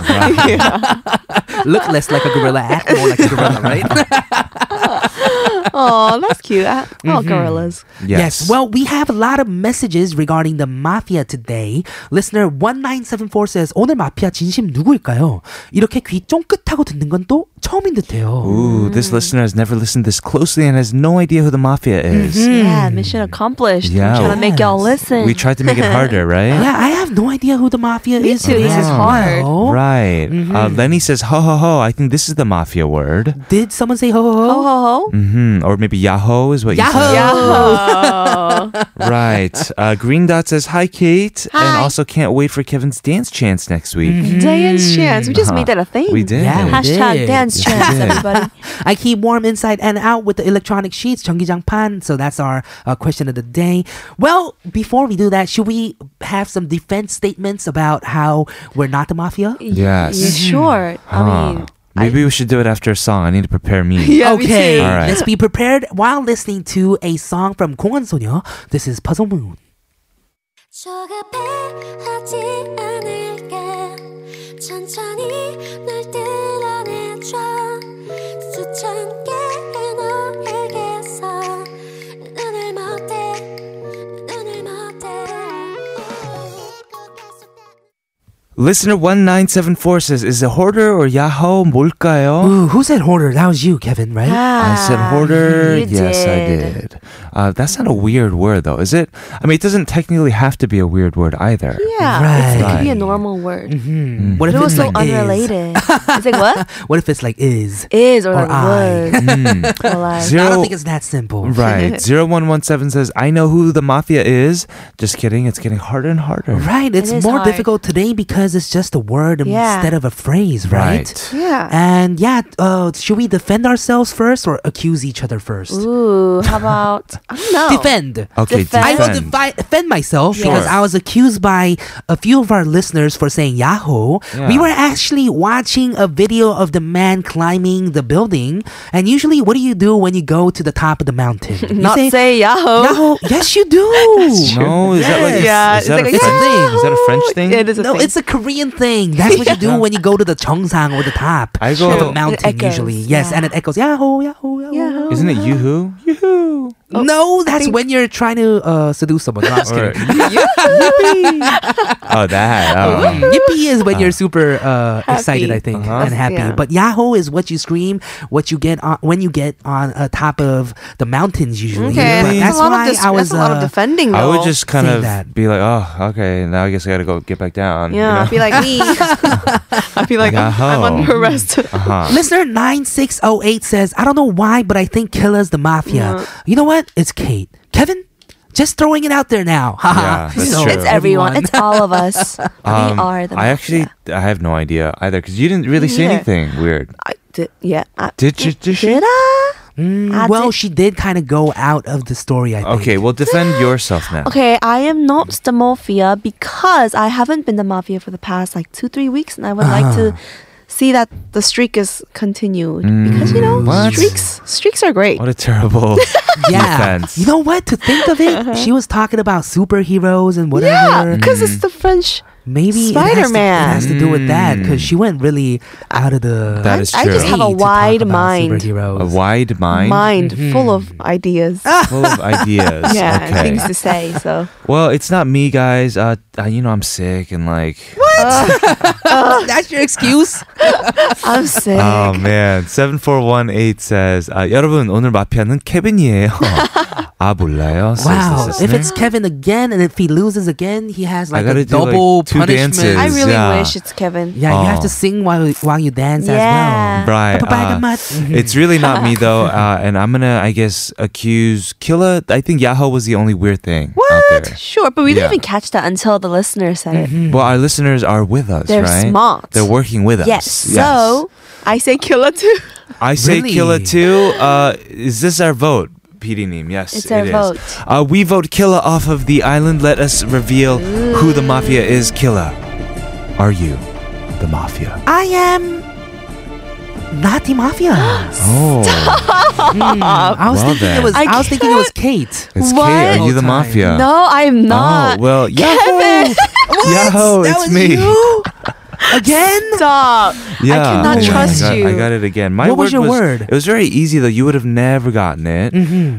[SPEAKER 2] Look less like a gorilla, act more like a gorilla, right?
[SPEAKER 6] Oh, that's cute. I-
[SPEAKER 1] Mm-hmm.
[SPEAKER 6] Oh, gorillas.
[SPEAKER 1] Yes.
[SPEAKER 2] Well, we have a lot of messages regarding the mafia today. Listener 1974 says 오늘 마피아 진심 누구일까요? 이렇게 귀 쫑긋하고 듣는 건 또 처음인 듯해요.
[SPEAKER 1] Ooh,
[SPEAKER 2] mm.
[SPEAKER 1] this listener has never listened this closely and has no idea who the mafia is.
[SPEAKER 6] Yeah, mission accomplished.
[SPEAKER 1] Yeah.
[SPEAKER 6] I'm trying to make y'all listen.
[SPEAKER 1] Mm. We tried to make it harder, right?
[SPEAKER 2] Mm-hmm. Yeah, I have no idea who the mafia
[SPEAKER 6] Me
[SPEAKER 2] is.
[SPEAKER 6] too, this is
[SPEAKER 2] as
[SPEAKER 6] hard.
[SPEAKER 2] well.
[SPEAKER 1] Right.
[SPEAKER 2] Mm-hmm.
[SPEAKER 1] Uh, Lenny says, ho, ho, ho. I think this is the mafia word.
[SPEAKER 2] Did someone say ho ho ho?
[SPEAKER 6] Oh, ho, ho, ho.
[SPEAKER 1] hmm Or maybe Yahoo is what you said.
[SPEAKER 2] Yahoo!
[SPEAKER 1] Right. Uh, Green Dot says, Hi, Kate. And also can't wait for Kevin's dance chance next week.
[SPEAKER 2] Mm-hmm.
[SPEAKER 6] Dance chance. We just
[SPEAKER 1] Huh.
[SPEAKER 6] made that a thing.
[SPEAKER 1] Uh-huh. We did.
[SPEAKER 2] Yeah, we did.
[SPEAKER 6] Hashtag dance
[SPEAKER 1] Yes, we
[SPEAKER 6] chance,
[SPEAKER 1] did.
[SPEAKER 6] everybody.
[SPEAKER 2] I keep warm inside and out with the electronic sheets, 정기장 pan. So that's our uh, question of the day. Well, before we do that, should we have some defense statements about how we're not the mafia?
[SPEAKER 1] Yes.
[SPEAKER 6] Yeah, sure. I mean,
[SPEAKER 1] Ah. Maybe we should do it after a song. I need to prepare me.
[SPEAKER 6] Hmm. yeah, me
[SPEAKER 2] okay,
[SPEAKER 6] too.
[SPEAKER 1] All right.
[SPEAKER 2] let's be prepared while listening to a song from 공원 소녀. This is Puzzle Moon.
[SPEAKER 3] 저가 패하지 않을게 천천히 날 드러내줘 수천 개의 너에게서 눈을 못대 눈을 못대
[SPEAKER 1] Listener 1974 says, Is it hoarder or Yahoo? 뭘까요?
[SPEAKER 6] Oh.
[SPEAKER 2] Ooh, who said hoarder? That was you, Kevin, right?
[SPEAKER 1] I said hoarder.
[SPEAKER 6] Ah, You
[SPEAKER 1] yes, I
[SPEAKER 6] did.
[SPEAKER 1] did. Uh, that's not a weird word, though, is it? I mean, it doesn't technically have to be a weird word either.
[SPEAKER 6] Yeah, it's- it could be a normal word.
[SPEAKER 2] Hmm. What if
[SPEAKER 6] But it was
[SPEAKER 2] it's
[SPEAKER 6] so
[SPEAKER 2] Mm, like is?
[SPEAKER 6] unrelated. it's like what
[SPEAKER 2] What if it's like is?
[SPEAKER 6] is or,
[SPEAKER 2] Or
[SPEAKER 6] like
[SPEAKER 2] I.
[SPEAKER 6] was. or like-
[SPEAKER 1] Zero,
[SPEAKER 2] I don't think it's that simple.
[SPEAKER 1] right. 0117 says, I know who the mafia is. Just kidding. It's getting harder and harder.
[SPEAKER 2] Right, it's
[SPEAKER 6] is
[SPEAKER 2] more
[SPEAKER 6] hard.
[SPEAKER 2] difficult today because it's just a word
[SPEAKER 6] Yeah.
[SPEAKER 2] instead of a phrase, right?
[SPEAKER 1] Right.
[SPEAKER 6] yeah.
[SPEAKER 2] And yeah, uh, should we defend ourselves first or accuse each other first?
[SPEAKER 6] Ooh, how about I don't know.
[SPEAKER 2] Defend.
[SPEAKER 1] Okay,
[SPEAKER 6] Defend.
[SPEAKER 2] I
[SPEAKER 1] defend.
[SPEAKER 2] will defi- defend myself
[SPEAKER 1] Sure.
[SPEAKER 2] because I was accused by a few of our listeners for saying Yahoo. We
[SPEAKER 1] Yeah.
[SPEAKER 2] were actually watching a video of the man climbing the building. And usually, what do you do when you go to the top of the mountain? You
[SPEAKER 6] Not say, Yahoo.
[SPEAKER 2] Yahoo. Yes, you do.
[SPEAKER 1] No, is that like a,
[SPEAKER 6] Yeah,
[SPEAKER 1] is that a
[SPEAKER 6] it's like a
[SPEAKER 1] French
[SPEAKER 6] Yahoo!
[SPEAKER 1] thing? Is that a French thing?
[SPEAKER 6] It is a
[SPEAKER 2] No,
[SPEAKER 6] thing.
[SPEAKER 2] it's a Korean thing. That's what you do when you go to the Cheongsang or the top.
[SPEAKER 1] I go-
[SPEAKER 2] of
[SPEAKER 1] True.
[SPEAKER 2] the
[SPEAKER 1] It
[SPEAKER 2] mountain
[SPEAKER 6] echoes,
[SPEAKER 2] usually. Yes,
[SPEAKER 6] yeah.
[SPEAKER 2] and it echoes Yahoo, Yahoo, Yahoo.
[SPEAKER 6] Yahoo. Oh.
[SPEAKER 1] Isn't it yoo-hoo? Yoo-hoo.
[SPEAKER 2] No, that's
[SPEAKER 6] think-
[SPEAKER 2] when you're trying to uh, seduce someone. No, I'm just
[SPEAKER 1] Or-
[SPEAKER 2] kidding.
[SPEAKER 1] oh, that. Oh.
[SPEAKER 2] Mm, Yippee is when you're super uh, excited, I think,
[SPEAKER 1] Uh-huh.
[SPEAKER 2] and happy.
[SPEAKER 6] Yeah.
[SPEAKER 2] But Yahoo is what you scream, what you get on when you get on uh, top of the mountains usually.
[SPEAKER 6] okay.
[SPEAKER 2] But
[SPEAKER 6] That's,
[SPEAKER 2] that's
[SPEAKER 6] a lot
[SPEAKER 2] why
[SPEAKER 6] of dis-
[SPEAKER 2] I was.
[SPEAKER 6] that's a lot of
[SPEAKER 2] uh,
[SPEAKER 6] defending. Though.
[SPEAKER 1] I would just kind
[SPEAKER 2] Say
[SPEAKER 1] of
[SPEAKER 2] that.
[SPEAKER 1] be like, oh, okay, now I guess I gotta go get back down.
[SPEAKER 6] yeah, be like me. I'd be like I'm, I'm
[SPEAKER 1] Yahoo.
[SPEAKER 6] under arrest.
[SPEAKER 1] uh
[SPEAKER 2] Listener 9608 says, I don't know why, but I think Killa's the mafia.
[SPEAKER 6] Yeah.
[SPEAKER 2] You know what? It's Kate. Kevin? Just throwing it out there now. Haha.
[SPEAKER 1] Yeah, that's true.
[SPEAKER 6] it's everyone. It's all of us. we are the.
[SPEAKER 1] Um, I actually,
[SPEAKER 6] mafia.
[SPEAKER 1] I have no idea either because you didn't really
[SPEAKER 6] Me
[SPEAKER 1] say
[SPEAKER 6] neither.
[SPEAKER 1] anything weird.
[SPEAKER 6] I did. Yeah. I,
[SPEAKER 1] Did you? Did she?
[SPEAKER 6] did I?
[SPEAKER 2] Mm,
[SPEAKER 6] I
[SPEAKER 2] well,
[SPEAKER 6] did-
[SPEAKER 2] she did kind of go out of the story, I think.
[SPEAKER 1] Okay, well, defend yourself now.
[SPEAKER 6] Okay, I am not the mafia because I haven't been the mafia for the past like two, three weeks, and I would like
[SPEAKER 1] Ah.
[SPEAKER 6] to see that the streak is continued because you know
[SPEAKER 1] Mm. What?
[SPEAKER 6] streaks streaks are great.
[SPEAKER 1] What a terrible defense.
[SPEAKER 2] You know what? To think of it, she was talking about superheroes and
[SPEAKER 6] yeah,
[SPEAKER 2] whatever.
[SPEAKER 6] because
[SPEAKER 1] Mm.
[SPEAKER 6] it's the French.
[SPEAKER 2] Maybe it has to-
[SPEAKER 6] Spider-Man.
[SPEAKER 2] It has, to, do with that because
[SPEAKER 1] Mm.
[SPEAKER 2] she went really out of the.
[SPEAKER 1] That is
[SPEAKER 6] I
[SPEAKER 1] true.
[SPEAKER 6] just have a
[SPEAKER 2] way to talk
[SPEAKER 6] wide
[SPEAKER 2] about
[SPEAKER 6] mind,
[SPEAKER 1] a
[SPEAKER 2] Superheroes.
[SPEAKER 1] wide mind,
[SPEAKER 6] mind
[SPEAKER 2] Mm-hmm.
[SPEAKER 6] full of ideas.
[SPEAKER 2] Ah!
[SPEAKER 1] full of ideas.
[SPEAKER 6] yeah, and
[SPEAKER 1] okay.
[SPEAKER 6] things to say. So
[SPEAKER 1] Well, it's not me, guys. Uh, uh, you know, I'm sick and like.
[SPEAKER 6] Uh,
[SPEAKER 2] That's your excuse.
[SPEAKER 6] I'm sick.
[SPEAKER 1] Oh man, 7418 says, uh, 여러분 오늘 마피아는 케빈이에요. 아 몰라요. says
[SPEAKER 2] Wow.
[SPEAKER 1] this
[SPEAKER 2] If
[SPEAKER 1] listener.
[SPEAKER 2] it's Kevin again, and if he loses again, he has
[SPEAKER 1] I
[SPEAKER 2] like
[SPEAKER 1] gotta
[SPEAKER 2] a
[SPEAKER 1] do, like,
[SPEAKER 2] double
[SPEAKER 1] two
[SPEAKER 2] punishment.
[SPEAKER 1] dances.
[SPEAKER 6] I really
[SPEAKER 1] yeah.
[SPEAKER 6] wish it's Kevin.
[SPEAKER 2] yeah, you have
[SPEAKER 1] Oh.
[SPEAKER 2] to sing while while you dance as
[SPEAKER 6] Yeah.
[SPEAKER 2] well.
[SPEAKER 1] Right. uh,
[SPEAKER 2] Papagamot.
[SPEAKER 1] it's really not me though, uh, and I'm gonna, I guess, accuse Killa. I think Yahoo was the only weird thing out there.
[SPEAKER 6] Sure, but we didn't
[SPEAKER 1] Yeah.
[SPEAKER 6] even catch that until the listener said it.
[SPEAKER 2] Mm-hmm.
[SPEAKER 1] Well, our listeners are with us,
[SPEAKER 6] They're
[SPEAKER 1] right?
[SPEAKER 6] smart.
[SPEAKER 1] They're working with us.
[SPEAKER 6] Yes. So I say killer too.
[SPEAKER 1] I say
[SPEAKER 2] Really?
[SPEAKER 1] Killa too. Uh, is this our vote? PD name, yes.
[SPEAKER 6] It's our
[SPEAKER 1] it is.
[SPEAKER 6] vote.
[SPEAKER 1] Uh, we vote Killa off of the island. Let us reveal who the mafia is. Killa, are you the mafia?
[SPEAKER 2] I am not the mafia.
[SPEAKER 1] Oh,
[SPEAKER 2] I was
[SPEAKER 1] Well
[SPEAKER 2] thinking
[SPEAKER 1] then.
[SPEAKER 2] it was.
[SPEAKER 6] I
[SPEAKER 2] I, was thinking it was Kate.
[SPEAKER 1] it's
[SPEAKER 6] What?
[SPEAKER 1] Kate. Are you
[SPEAKER 2] Whole
[SPEAKER 1] the
[SPEAKER 2] time.
[SPEAKER 1] mafia?
[SPEAKER 6] No, I am not.
[SPEAKER 1] Oh well, Yahoo! Yahoo!
[SPEAKER 2] That
[SPEAKER 1] It's
[SPEAKER 2] was
[SPEAKER 1] me.
[SPEAKER 2] you? again.
[SPEAKER 6] Stop.
[SPEAKER 1] Yeah.
[SPEAKER 6] I cannot
[SPEAKER 1] Oh my
[SPEAKER 6] trust
[SPEAKER 1] God,
[SPEAKER 6] you.
[SPEAKER 1] I got it again. My
[SPEAKER 2] What was your word?
[SPEAKER 1] It was very easy though. You would have never gotten it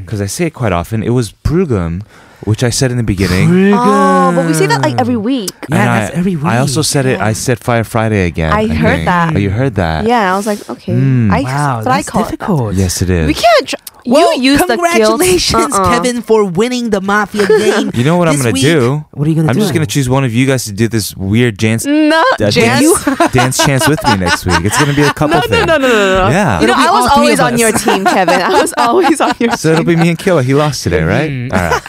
[SPEAKER 1] because I say it quite often. It was prugum, which I said in the beginning.
[SPEAKER 6] Oh, but we say that like every week.
[SPEAKER 2] Yeah,
[SPEAKER 1] And
[SPEAKER 2] that's
[SPEAKER 1] I,
[SPEAKER 2] every
[SPEAKER 1] I also
[SPEAKER 2] week.
[SPEAKER 1] said it. I said Fire Friday again.
[SPEAKER 6] I
[SPEAKER 1] think.
[SPEAKER 6] heard that.
[SPEAKER 1] Oh, you heard that.
[SPEAKER 6] Yeah, I was like, okay.
[SPEAKER 1] Mm.
[SPEAKER 6] I,
[SPEAKER 2] Wow,
[SPEAKER 6] but I
[SPEAKER 2] that's
[SPEAKER 6] caught. that.
[SPEAKER 2] difficult.
[SPEAKER 1] Yes, it is.
[SPEAKER 6] We can't. Tr-
[SPEAKER 2] Well,
[SPEAKER 6] you use the guilt.
[SPEAKER 2] congratulations,
[SPEAKER 6] Uh-uh.
[SPEAKER 2] Kevin, for winning the mafia game.
[SPEAKER 1] You know what I'm
[SPEAKER 2] this
[SPEAKER 1] gonna
[SPEAKER 2] week.
[SPEAKER 1] do?
[SPEAKER 2] What are you
[SPEAKER 1] I'm
[SPEAKER 2] gonna do?
[SPEAKER 1] just gonna choose one of you guys to do this weird dance.
[SPEAKER 6] No,
[SPEAKER 1] uh,
[SPEAKER 6] Jan.
[SPEAKER 1] dance, dance chance with me next week. It's gonna be a couple
[SPEAKER 6] No, no,
[SPEAKER 1] thing.
[SPEAKER 6] no, no, no, no.
[SPEAKER 1] Yeah.
[SPEAKER 6] You know,
[SPEAKER 2] It'll be
[SPEAKER 6] I was
[SPEAKER 2] all three
[SPEAKER 6] always
[SPEAKER 2] of
[SPEAKER 6] on your
[SPEAKER 2] us.
[SPEAKER 6] team, Kevin. I was always on your
[SPEAKER 1] So it'll be me and Killa. He lost today, right?
[SPEAKER 6] Mm.
[SPEAKER 1] All right.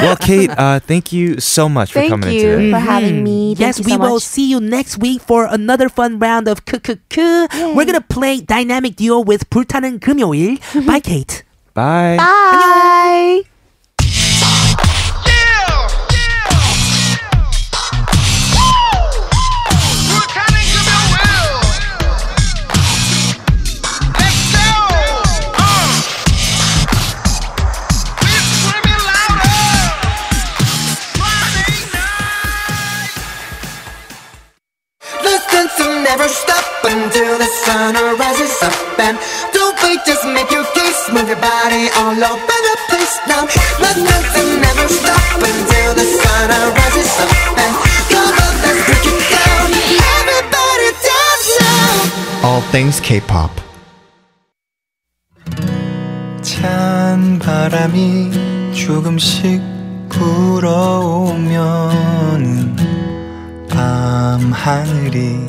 [SPEAKER 1] Well, Kate, uh, thank you so much for
[SPEAKER 6] Thank
[SPEAKER 1] coming
[SPEAKER 6] you
[SPEAKER 1] in today.
[SPEAKER 6] Mm. for having me.
[SPEAKER 2] yes,
[SPEAKER 6] Thank you
[SPEAKER 2] we
[SPEAKER 6] so
[SPEAKER 2] will
[SPEAKER 6] much.
[SPEAKER 2] see you next week for another fun round of Kukuku. We're gonna play Dynamic Duo with 불타는 금요일 by Kate.
[SPEAKER 1] Bye.
[SPEAKER 6] Bye.
[SPEAKER 4] Listen to never stop until the sun rises up and don't wait, just make your case, move your body all over the place now. Listen to never stop until the sun rises up and come on, let's break it down. Everybody dance now.
[SPEAKER 8] All things K-pop.
[SPEAKER 1] 찬
[SPEAKER 4] 찬 바람이 조금씩 불어오면 밤 하늘이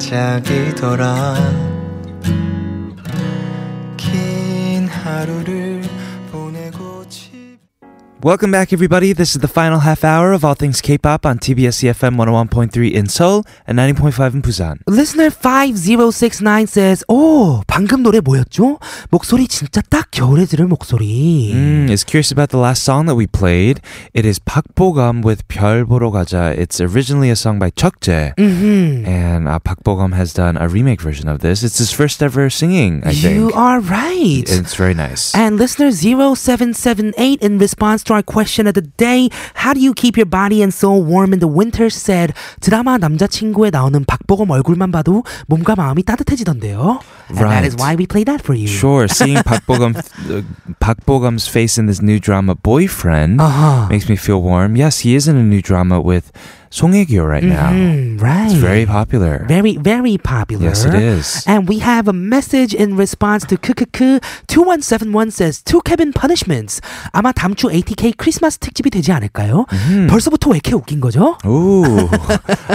[SPEAKER 4] 반짝이더라 긴 하루를 보내고 집
[SPEAKER 1] Welcome back, everybody. This is the final half hour of All Things K-pop on TBS EFM 101.3 in Seoul and 90.5 in Busan.
[SPEAKER 2] Listener 5069 says, 오, 방금 노래 뭐였죠? 목소리 진짜 딱 겨울에 들을 목소리.
[SPEAKER 1] Mm, is curious about the last song that we played. It is Pak Bogum with 별 보러 가자. It's originally a song by Chukje,
[SPEAKER 2] Mhm.
[SPEAKER 1] and uh, Pak Bogum has done a remake version of this. It's his first ever singing, I
[SPEAKER 2] You
[SPEAKER 1] think.
[SPEAKER 2] are right.
[SPEAKER 1] It's very nice.
[SPEAKER 2] And listener 0778, in response to our question of the day, how do you keep your body and soul warm in the winter, said 드라마 남자친구에 나오는 박보검 얼굴만 봐도 몸과 마음이 따뜻해지던데요. And that
[SPEAKER 1] Right.
[SPEAKER 2] is why we play that for you.
[SPEAKER 1] Sure, seeing Pak Bogum, uh, Pak Bogum's face in this new drama, Boyfriend,
[SPEAKER 2] Uh-huh.
[SPEAKER 1] makes me feel warm. Yes, he is in a new drama with Song Hye-kyo right now.
[SPEAKER 2] Mm, right.
[SPEAKER 1] It's very popular.
[SPEAKER 2] Very, very popular.
[SPEAKER 1] Yes, it is.
[SPEAKER 2] And we have a message in response to 크크크2171 says, Two cabin punishments. 아마 다음 주 ATK 크리스마스 특집이 되지 않을까요?
[SPEAKER 1] Mm-hmm.
[SPEAKER 2] 벌써부터 왜 이렇게 웃긴 거죠?
[SPEAKER 1] Ooh,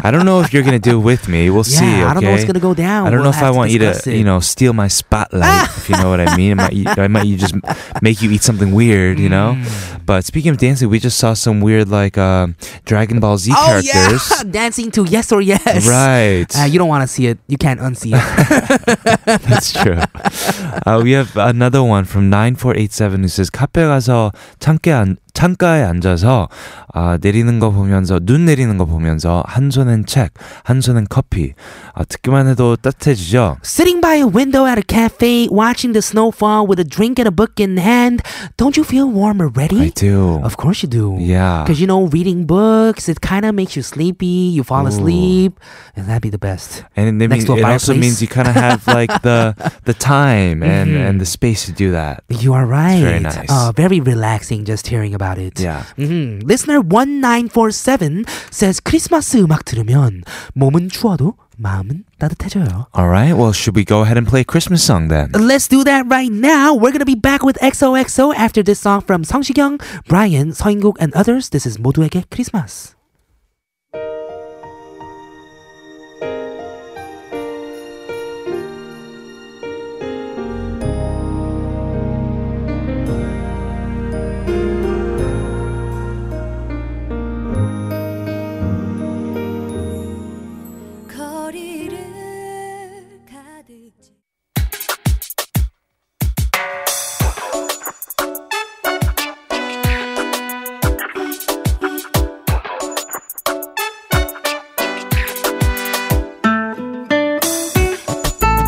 [SPEAKER 1] I don't know if you're gonna do it with me. We'll see.
[SPEAKER 2] Yeah, I don't know what's
[SPEAKER 1] okay?
[SPEAKER 2] gonna go down.
[SPEAKER 1] I don't
[SPEAKER 2] Oh, We'll
[SPEAKER 1] know if
[SPEAKER 2] have
[SPEAKER 1] I
[SPEAKER 2] to
[SPEAKER 1] want you to,
[SPEAKER 2] discuss it.
[SPEAKER 1] you know, steal my spotlight. if you know what I mean, I might, eat- I might you just make you eat something weird, you know.
[SPEAKER 2] Mm.
[SPEAKER 1] But speaking of dancing, we just saw some weird like uh, Dragon Ball Z
[SPEAKER 2] Oh, yeah.
[SPEAKER 1] characters.
[SPEAKER 2] Dancing to yes or yes.
[SPEAKER 1] Right,
[SPEAKER 2] Uh, you don't want to see it. You can't unsee it.
[SPEAKER 1] that's true. Uh, we have another one from nine four eight seven who says 카페 가서 창가에, 앉, 창가에 앉아서 아, 내리는 거 보면서 눈 내리는 거 보면서 한 손엔 책, 한 손엔 커피. 아, 듣기만 해도 따뜻해지죠.
[SPEAKER 2] Sitting by a window at a cafe, watching the snow fall with a drink and a book in hand, don't you feel warm already?
[SPEAKER 1] I do.
[SPEAKER 2] Of course you do.
[SPEAKER 1] Yeah.
[SPEAKER 2] Because you know, reading books, it kind of makes you sleepy. You fall asleep, and that'd be the best.
[SPEAKER 1] And it, means,
[SPEAKER 2] Next to a
[SPEAKER 1] it also
[SPEAKER 2] fireplace.
[SPEAKER 1] means you kind of have like the the time and, and the space to do that.
[SPEAKER 2] You are right.
[SPEAKER 1] very nice.
[SPEAKER 2] Uh, very relaxing just hearing about it.
[SPEAKER 1] Yeah.
[SPEAKER 2] Mhm. Listener 1947 says 크리스마스 음악 들으면 몸은 추워도 마음은 따뜻해져요.
[SPEAKER 1] All right. Well, should we go ahead and play a Christmas song then?
[SPEAKER 2] Let's do that right now. We're gonna be back with XOXO after this song from 성시경, Brian, 서인국, and others. This is 모두에게 크리스마스.
[SPEAKER 3] 거리를 가득 채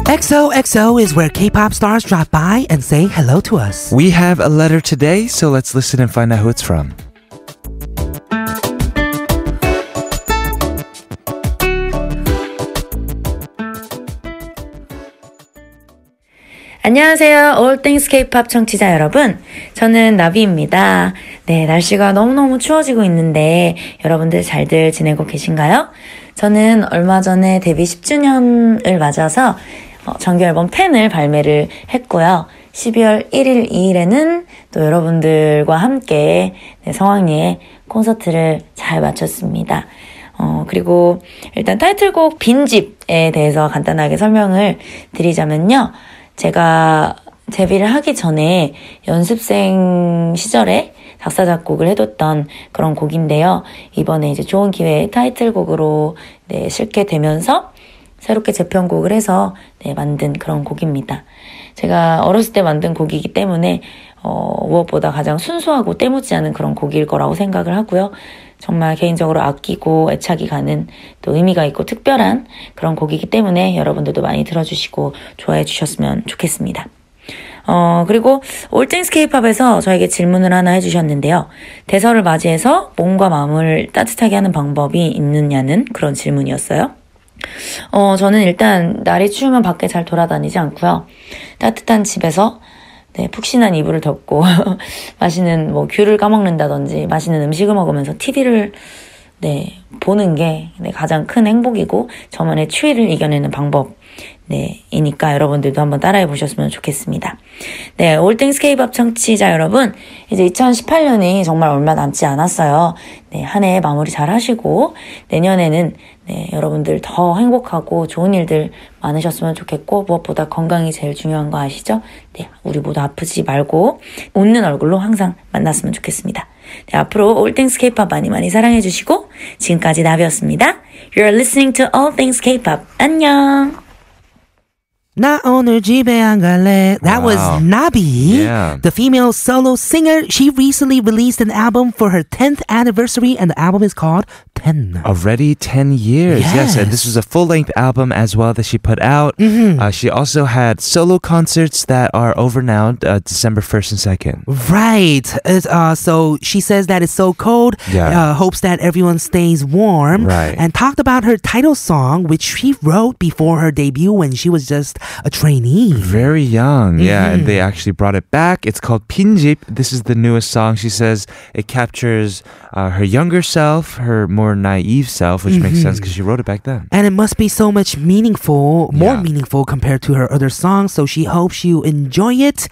[SPEAKER 2] XOXO is where K-pop stars drop by and say hello to us.
[SPEAKER 1] We have a letter today, so let's listen and find out who it's from.
[SPEAKER 8] 안녕하세요. All Things K-pop 청취자 여러분. 저는 나비입니다. 네, 날씨가 너무너무 추워지고 있는데 여러분들 잘들 지내고 계신가요? 저는 얼마 전에 데뷔 10주년을 맞아서 어, 정규 앨범 팬을 발매를 했고요. 12월 1일, 2일에는 또 여러분들과 함께 네, 성황리에 콘서트를 잘 마쳤습니다. 어, 그리고 일단 타이틀곡 빈집에 대해서 간단하게 설명을 드리자면요. 제가 데뷔를 하기 전에 연습생 시절에 작사, 작곡을 해뒀던 그런 곡인데요. 이번에 이제 좋은 기회에 타이틀곡으로 네, 실게 되면서 새롭게 재편곡을 해서 네, 만든 그런 곡입니다. 제가 어렸을 때 만든 곡이기 때문에 어, 무엇보다 가장 순수하고 때묻지 않은 그런 곡일 거라고 생각을 하고요. 정말 개인적으로 아끼고 애착이 가는 또 의미가 있고 특별한 그런 곡이기 때문에 여러분들도 많이 들어주시고 좋아해 주셨으면 좋겠습니다. 어, 그리고 올땡스 케이팝에서 저에게 질문을 하나 해주셨는데요. 대서를 맞이해서 몸과 마음을 따뜻하게 하는 방법이 있느냐는 그런 질문이었어요. 어, 저는 일단 날이 추우면 밖에 잘 돌아다니지 않고요. 따뜻한 집에서 네, 푹신한 이불을 덮고 맛있는 뭐 귤을 까먹는다든지 맛있는 음식을 먹으면서 TV를 네, 보는 게 네, 가장 큰 행복이고 저만의 추위를 이겨내는 방법 네, 이니까 여러분들도 한번 따라해 보셨으면 좋겠습니다. 네, 올땡스 케이팝 청취자 여러분, 이제 2018년이 정말 얼마 남지 않았어요. 네, 한 해 마무리 잘 하시고, 내년에는 네, 여러분들 더 행복하고 좋은 일들 많으셨으면 좋겠고, 무엇보다 건강이 제일 중요한 거 아시죠? 네, 우리 모두 아프지 말고, 웃는 얼굴로 항상 만났으면 좋겠습니다. 네, 앞으로 All Things K-pop 많이 많이 사랑해주시고, 지금까지 나비였습니다. You're listening to All Things K-pop. 안녕!
[SPEAKER 2] 나 오늘 집에 안 갈래. That was
[SPEAKER 1] Wow.
[SPEAKER 2] Nabi,
[SPEAKER 1] Yeah.
[SPEAKER 2] the female solo singer. She recently released an album for her 10th anniversary, and the album is called
[SPEAKER 1] Oh.
[SPEAKER 2] 10.
[SPEAKER 1] Already 10 years. Yes. And this was a full length album as well that she put out. Uh, she also had solo concerts that are over now, uh, December 1st and 2nd.
[SPEAKER 2] Right. It's, uh, so she says that it's so cold.
[SPEAKER 1] Yeah.
[SPEAKER 2] Uh, hopes that everyone stays warm.
[SPEAKER 1] Right.
[SPEAKER 2] And talked about her title song, which she wrote before her debut when she was just a trainee.
[SPEAKER 1] Very young, yeah, and they actually brought it back. It's called Pinjip. This is the newest song. She says it captures uh, her younger self, her more naive self, which makes sense because she wrote it back then.
[SPEAKER 2] And it must be so much meaningful, more
[SPEAKER 1] Yeah.
[SPEAKER 2] meaningful compared to her other songs. So she hopes you enjoy it.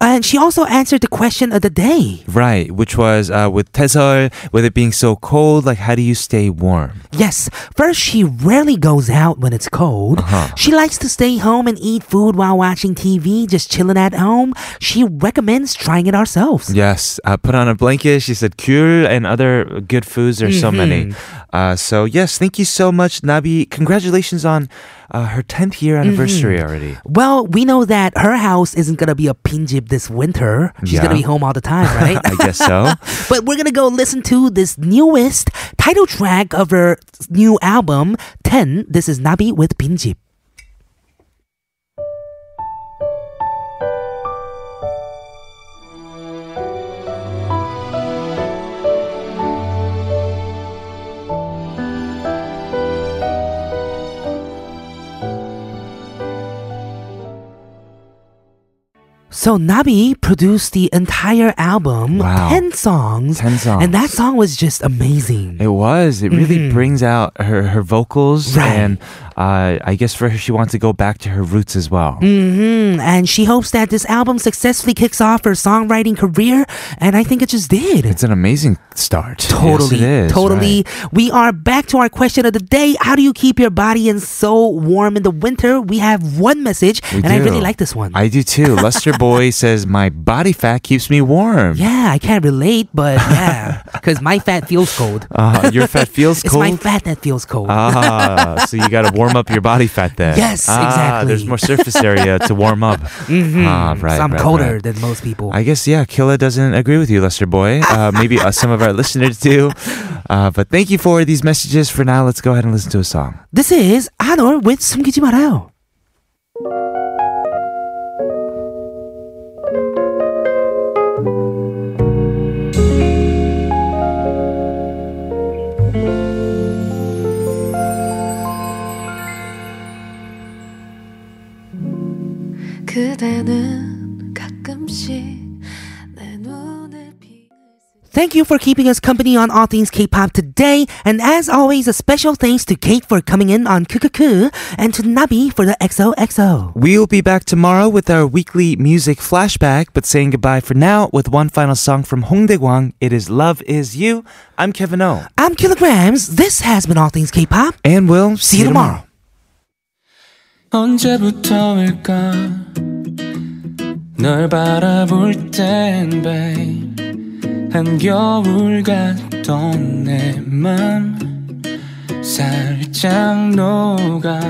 [SPEAKER 2] And she also answered the question of the day.
[SPEAKER 1] Right, which was uh, with Tesol, with it being so cold, like how do you stay warm?
[SPEAKER 2] Yes, first, she rarely goes out when it's cold.
[SPEAKER 1] Uh-huh.
[SPEAKER 2] She likes to stay home and eat food while watching TV, just chilling at home. She recommends trying it ourselves.
[SPEAKER 1] Yes, uh, put on a blanket. She said "cure" and other good foods. There's so many. Uh, so yes, thank you so much, Nabi. Congratulations on uh, her 10th year anniversary already.
[SPEAKER 2] Well, we know that her house isn't gonna be a pinjib this winter. She's
[SPEAKER 1] Yeah.
[SPEAKER 2] gonna be home all the time, right?
[SPEAKER 1] I guess so.
[SPEAKER 2] but we're gonna go listen to this newest title track of her new album, 10. This is Nabi with Pinjib. So Nabi produced the entire album,
[SPEAKER 1] Wow.
[SPEAKER 2] 10 songs.
[SPEAKER 1] 10 songs.
[SPEAKER 2] And that song was just amazing.
[SPEAKER 1] It was. It really brings out her, her vocals.
[SPEAKER 2] Mm-hmm. Right.
[SPEAKER 1] And uh, I guess for her, she wants to go back to her roots as well.
[SPEAKER 2] hmm And she hopes that this album successfully kicks off her songwriting career, and I think it just did.
[SPEAKER 1] It's an amazing start.
[SPEAKER 2] Totally,
[SPEAKER 1] Yes, it is.
[SPEAKER 2] totally.
[SPEAKER 1] Right.
[SPEAKER 2] We are back to our question of the day: How do you keep your body and soul warm in the winter? We have one message,
[SPEAKER 1] We
[SPEAKER 2] and I
[SPEAKER 1] do.
[SPEAKER 2] really like this one.
[SPEAKER 1] I do too. Lester Boy says, My body fat keeps me warm.
[SPEAKER 2] yeah, I can't relate, but yeah, because my fat feels cold.
[SPEAKER 1] Uh, your fat feels
[SPEAKER 2] It's
[SPEAKER 1] cold.
[SPEAKER 2] my fat that feels cold.
[SPEAKER 1] Ah, so you got to warm up your body fat then.
[SPEAKER 2] Yes,
[SPEAKER 1] Ah,
[SPEAKER 2] exactly. Mm-hmm.
[SPEAKER 1] There's more surface area to warm up. Ah, right.
[SPEAKER 2] so I'm
[SPEAKER 1] right,
[SPEAKER 2] colder
[SPEAKER 1] right.
[SPEAKER 2] than most people.
[SPEAKER 1] I guess yeah, Killa doesn't agree with you, Lester Boy. Uh, maybe uh, some of our listeners do. Uh, but thank you for these messages. For now, let's go ahead and listen to a song.
[SPEAKER 2] this is Anor with 숨기지 말아요.
[SPEAKER 3] 그대는 가끔씩 내 눈을 비
[SPEAKER 2] Thank you for keeping us company on all things K-pop today, and as always, a special thanks to Kate for coming in on Kukuku and to Nabi for the XOXO.
[SPEAKER 1] We'll be back tomorrow with our weekly music flashback, but saying goodbye for now with one final song from Hong Dae-gwang. It is Love Is You. I'm Kevin O.
[SPEAKER 2] I'm Kilograms. This has been all things K-pop.
[SPEAKER 1] And we'll
[SPEAKER 2] See you tomorrow.
[SPEAKER 9] 언제부터일까 널 바라볼 땐 babe 한겨울 같던 내 맘 살짝 녹아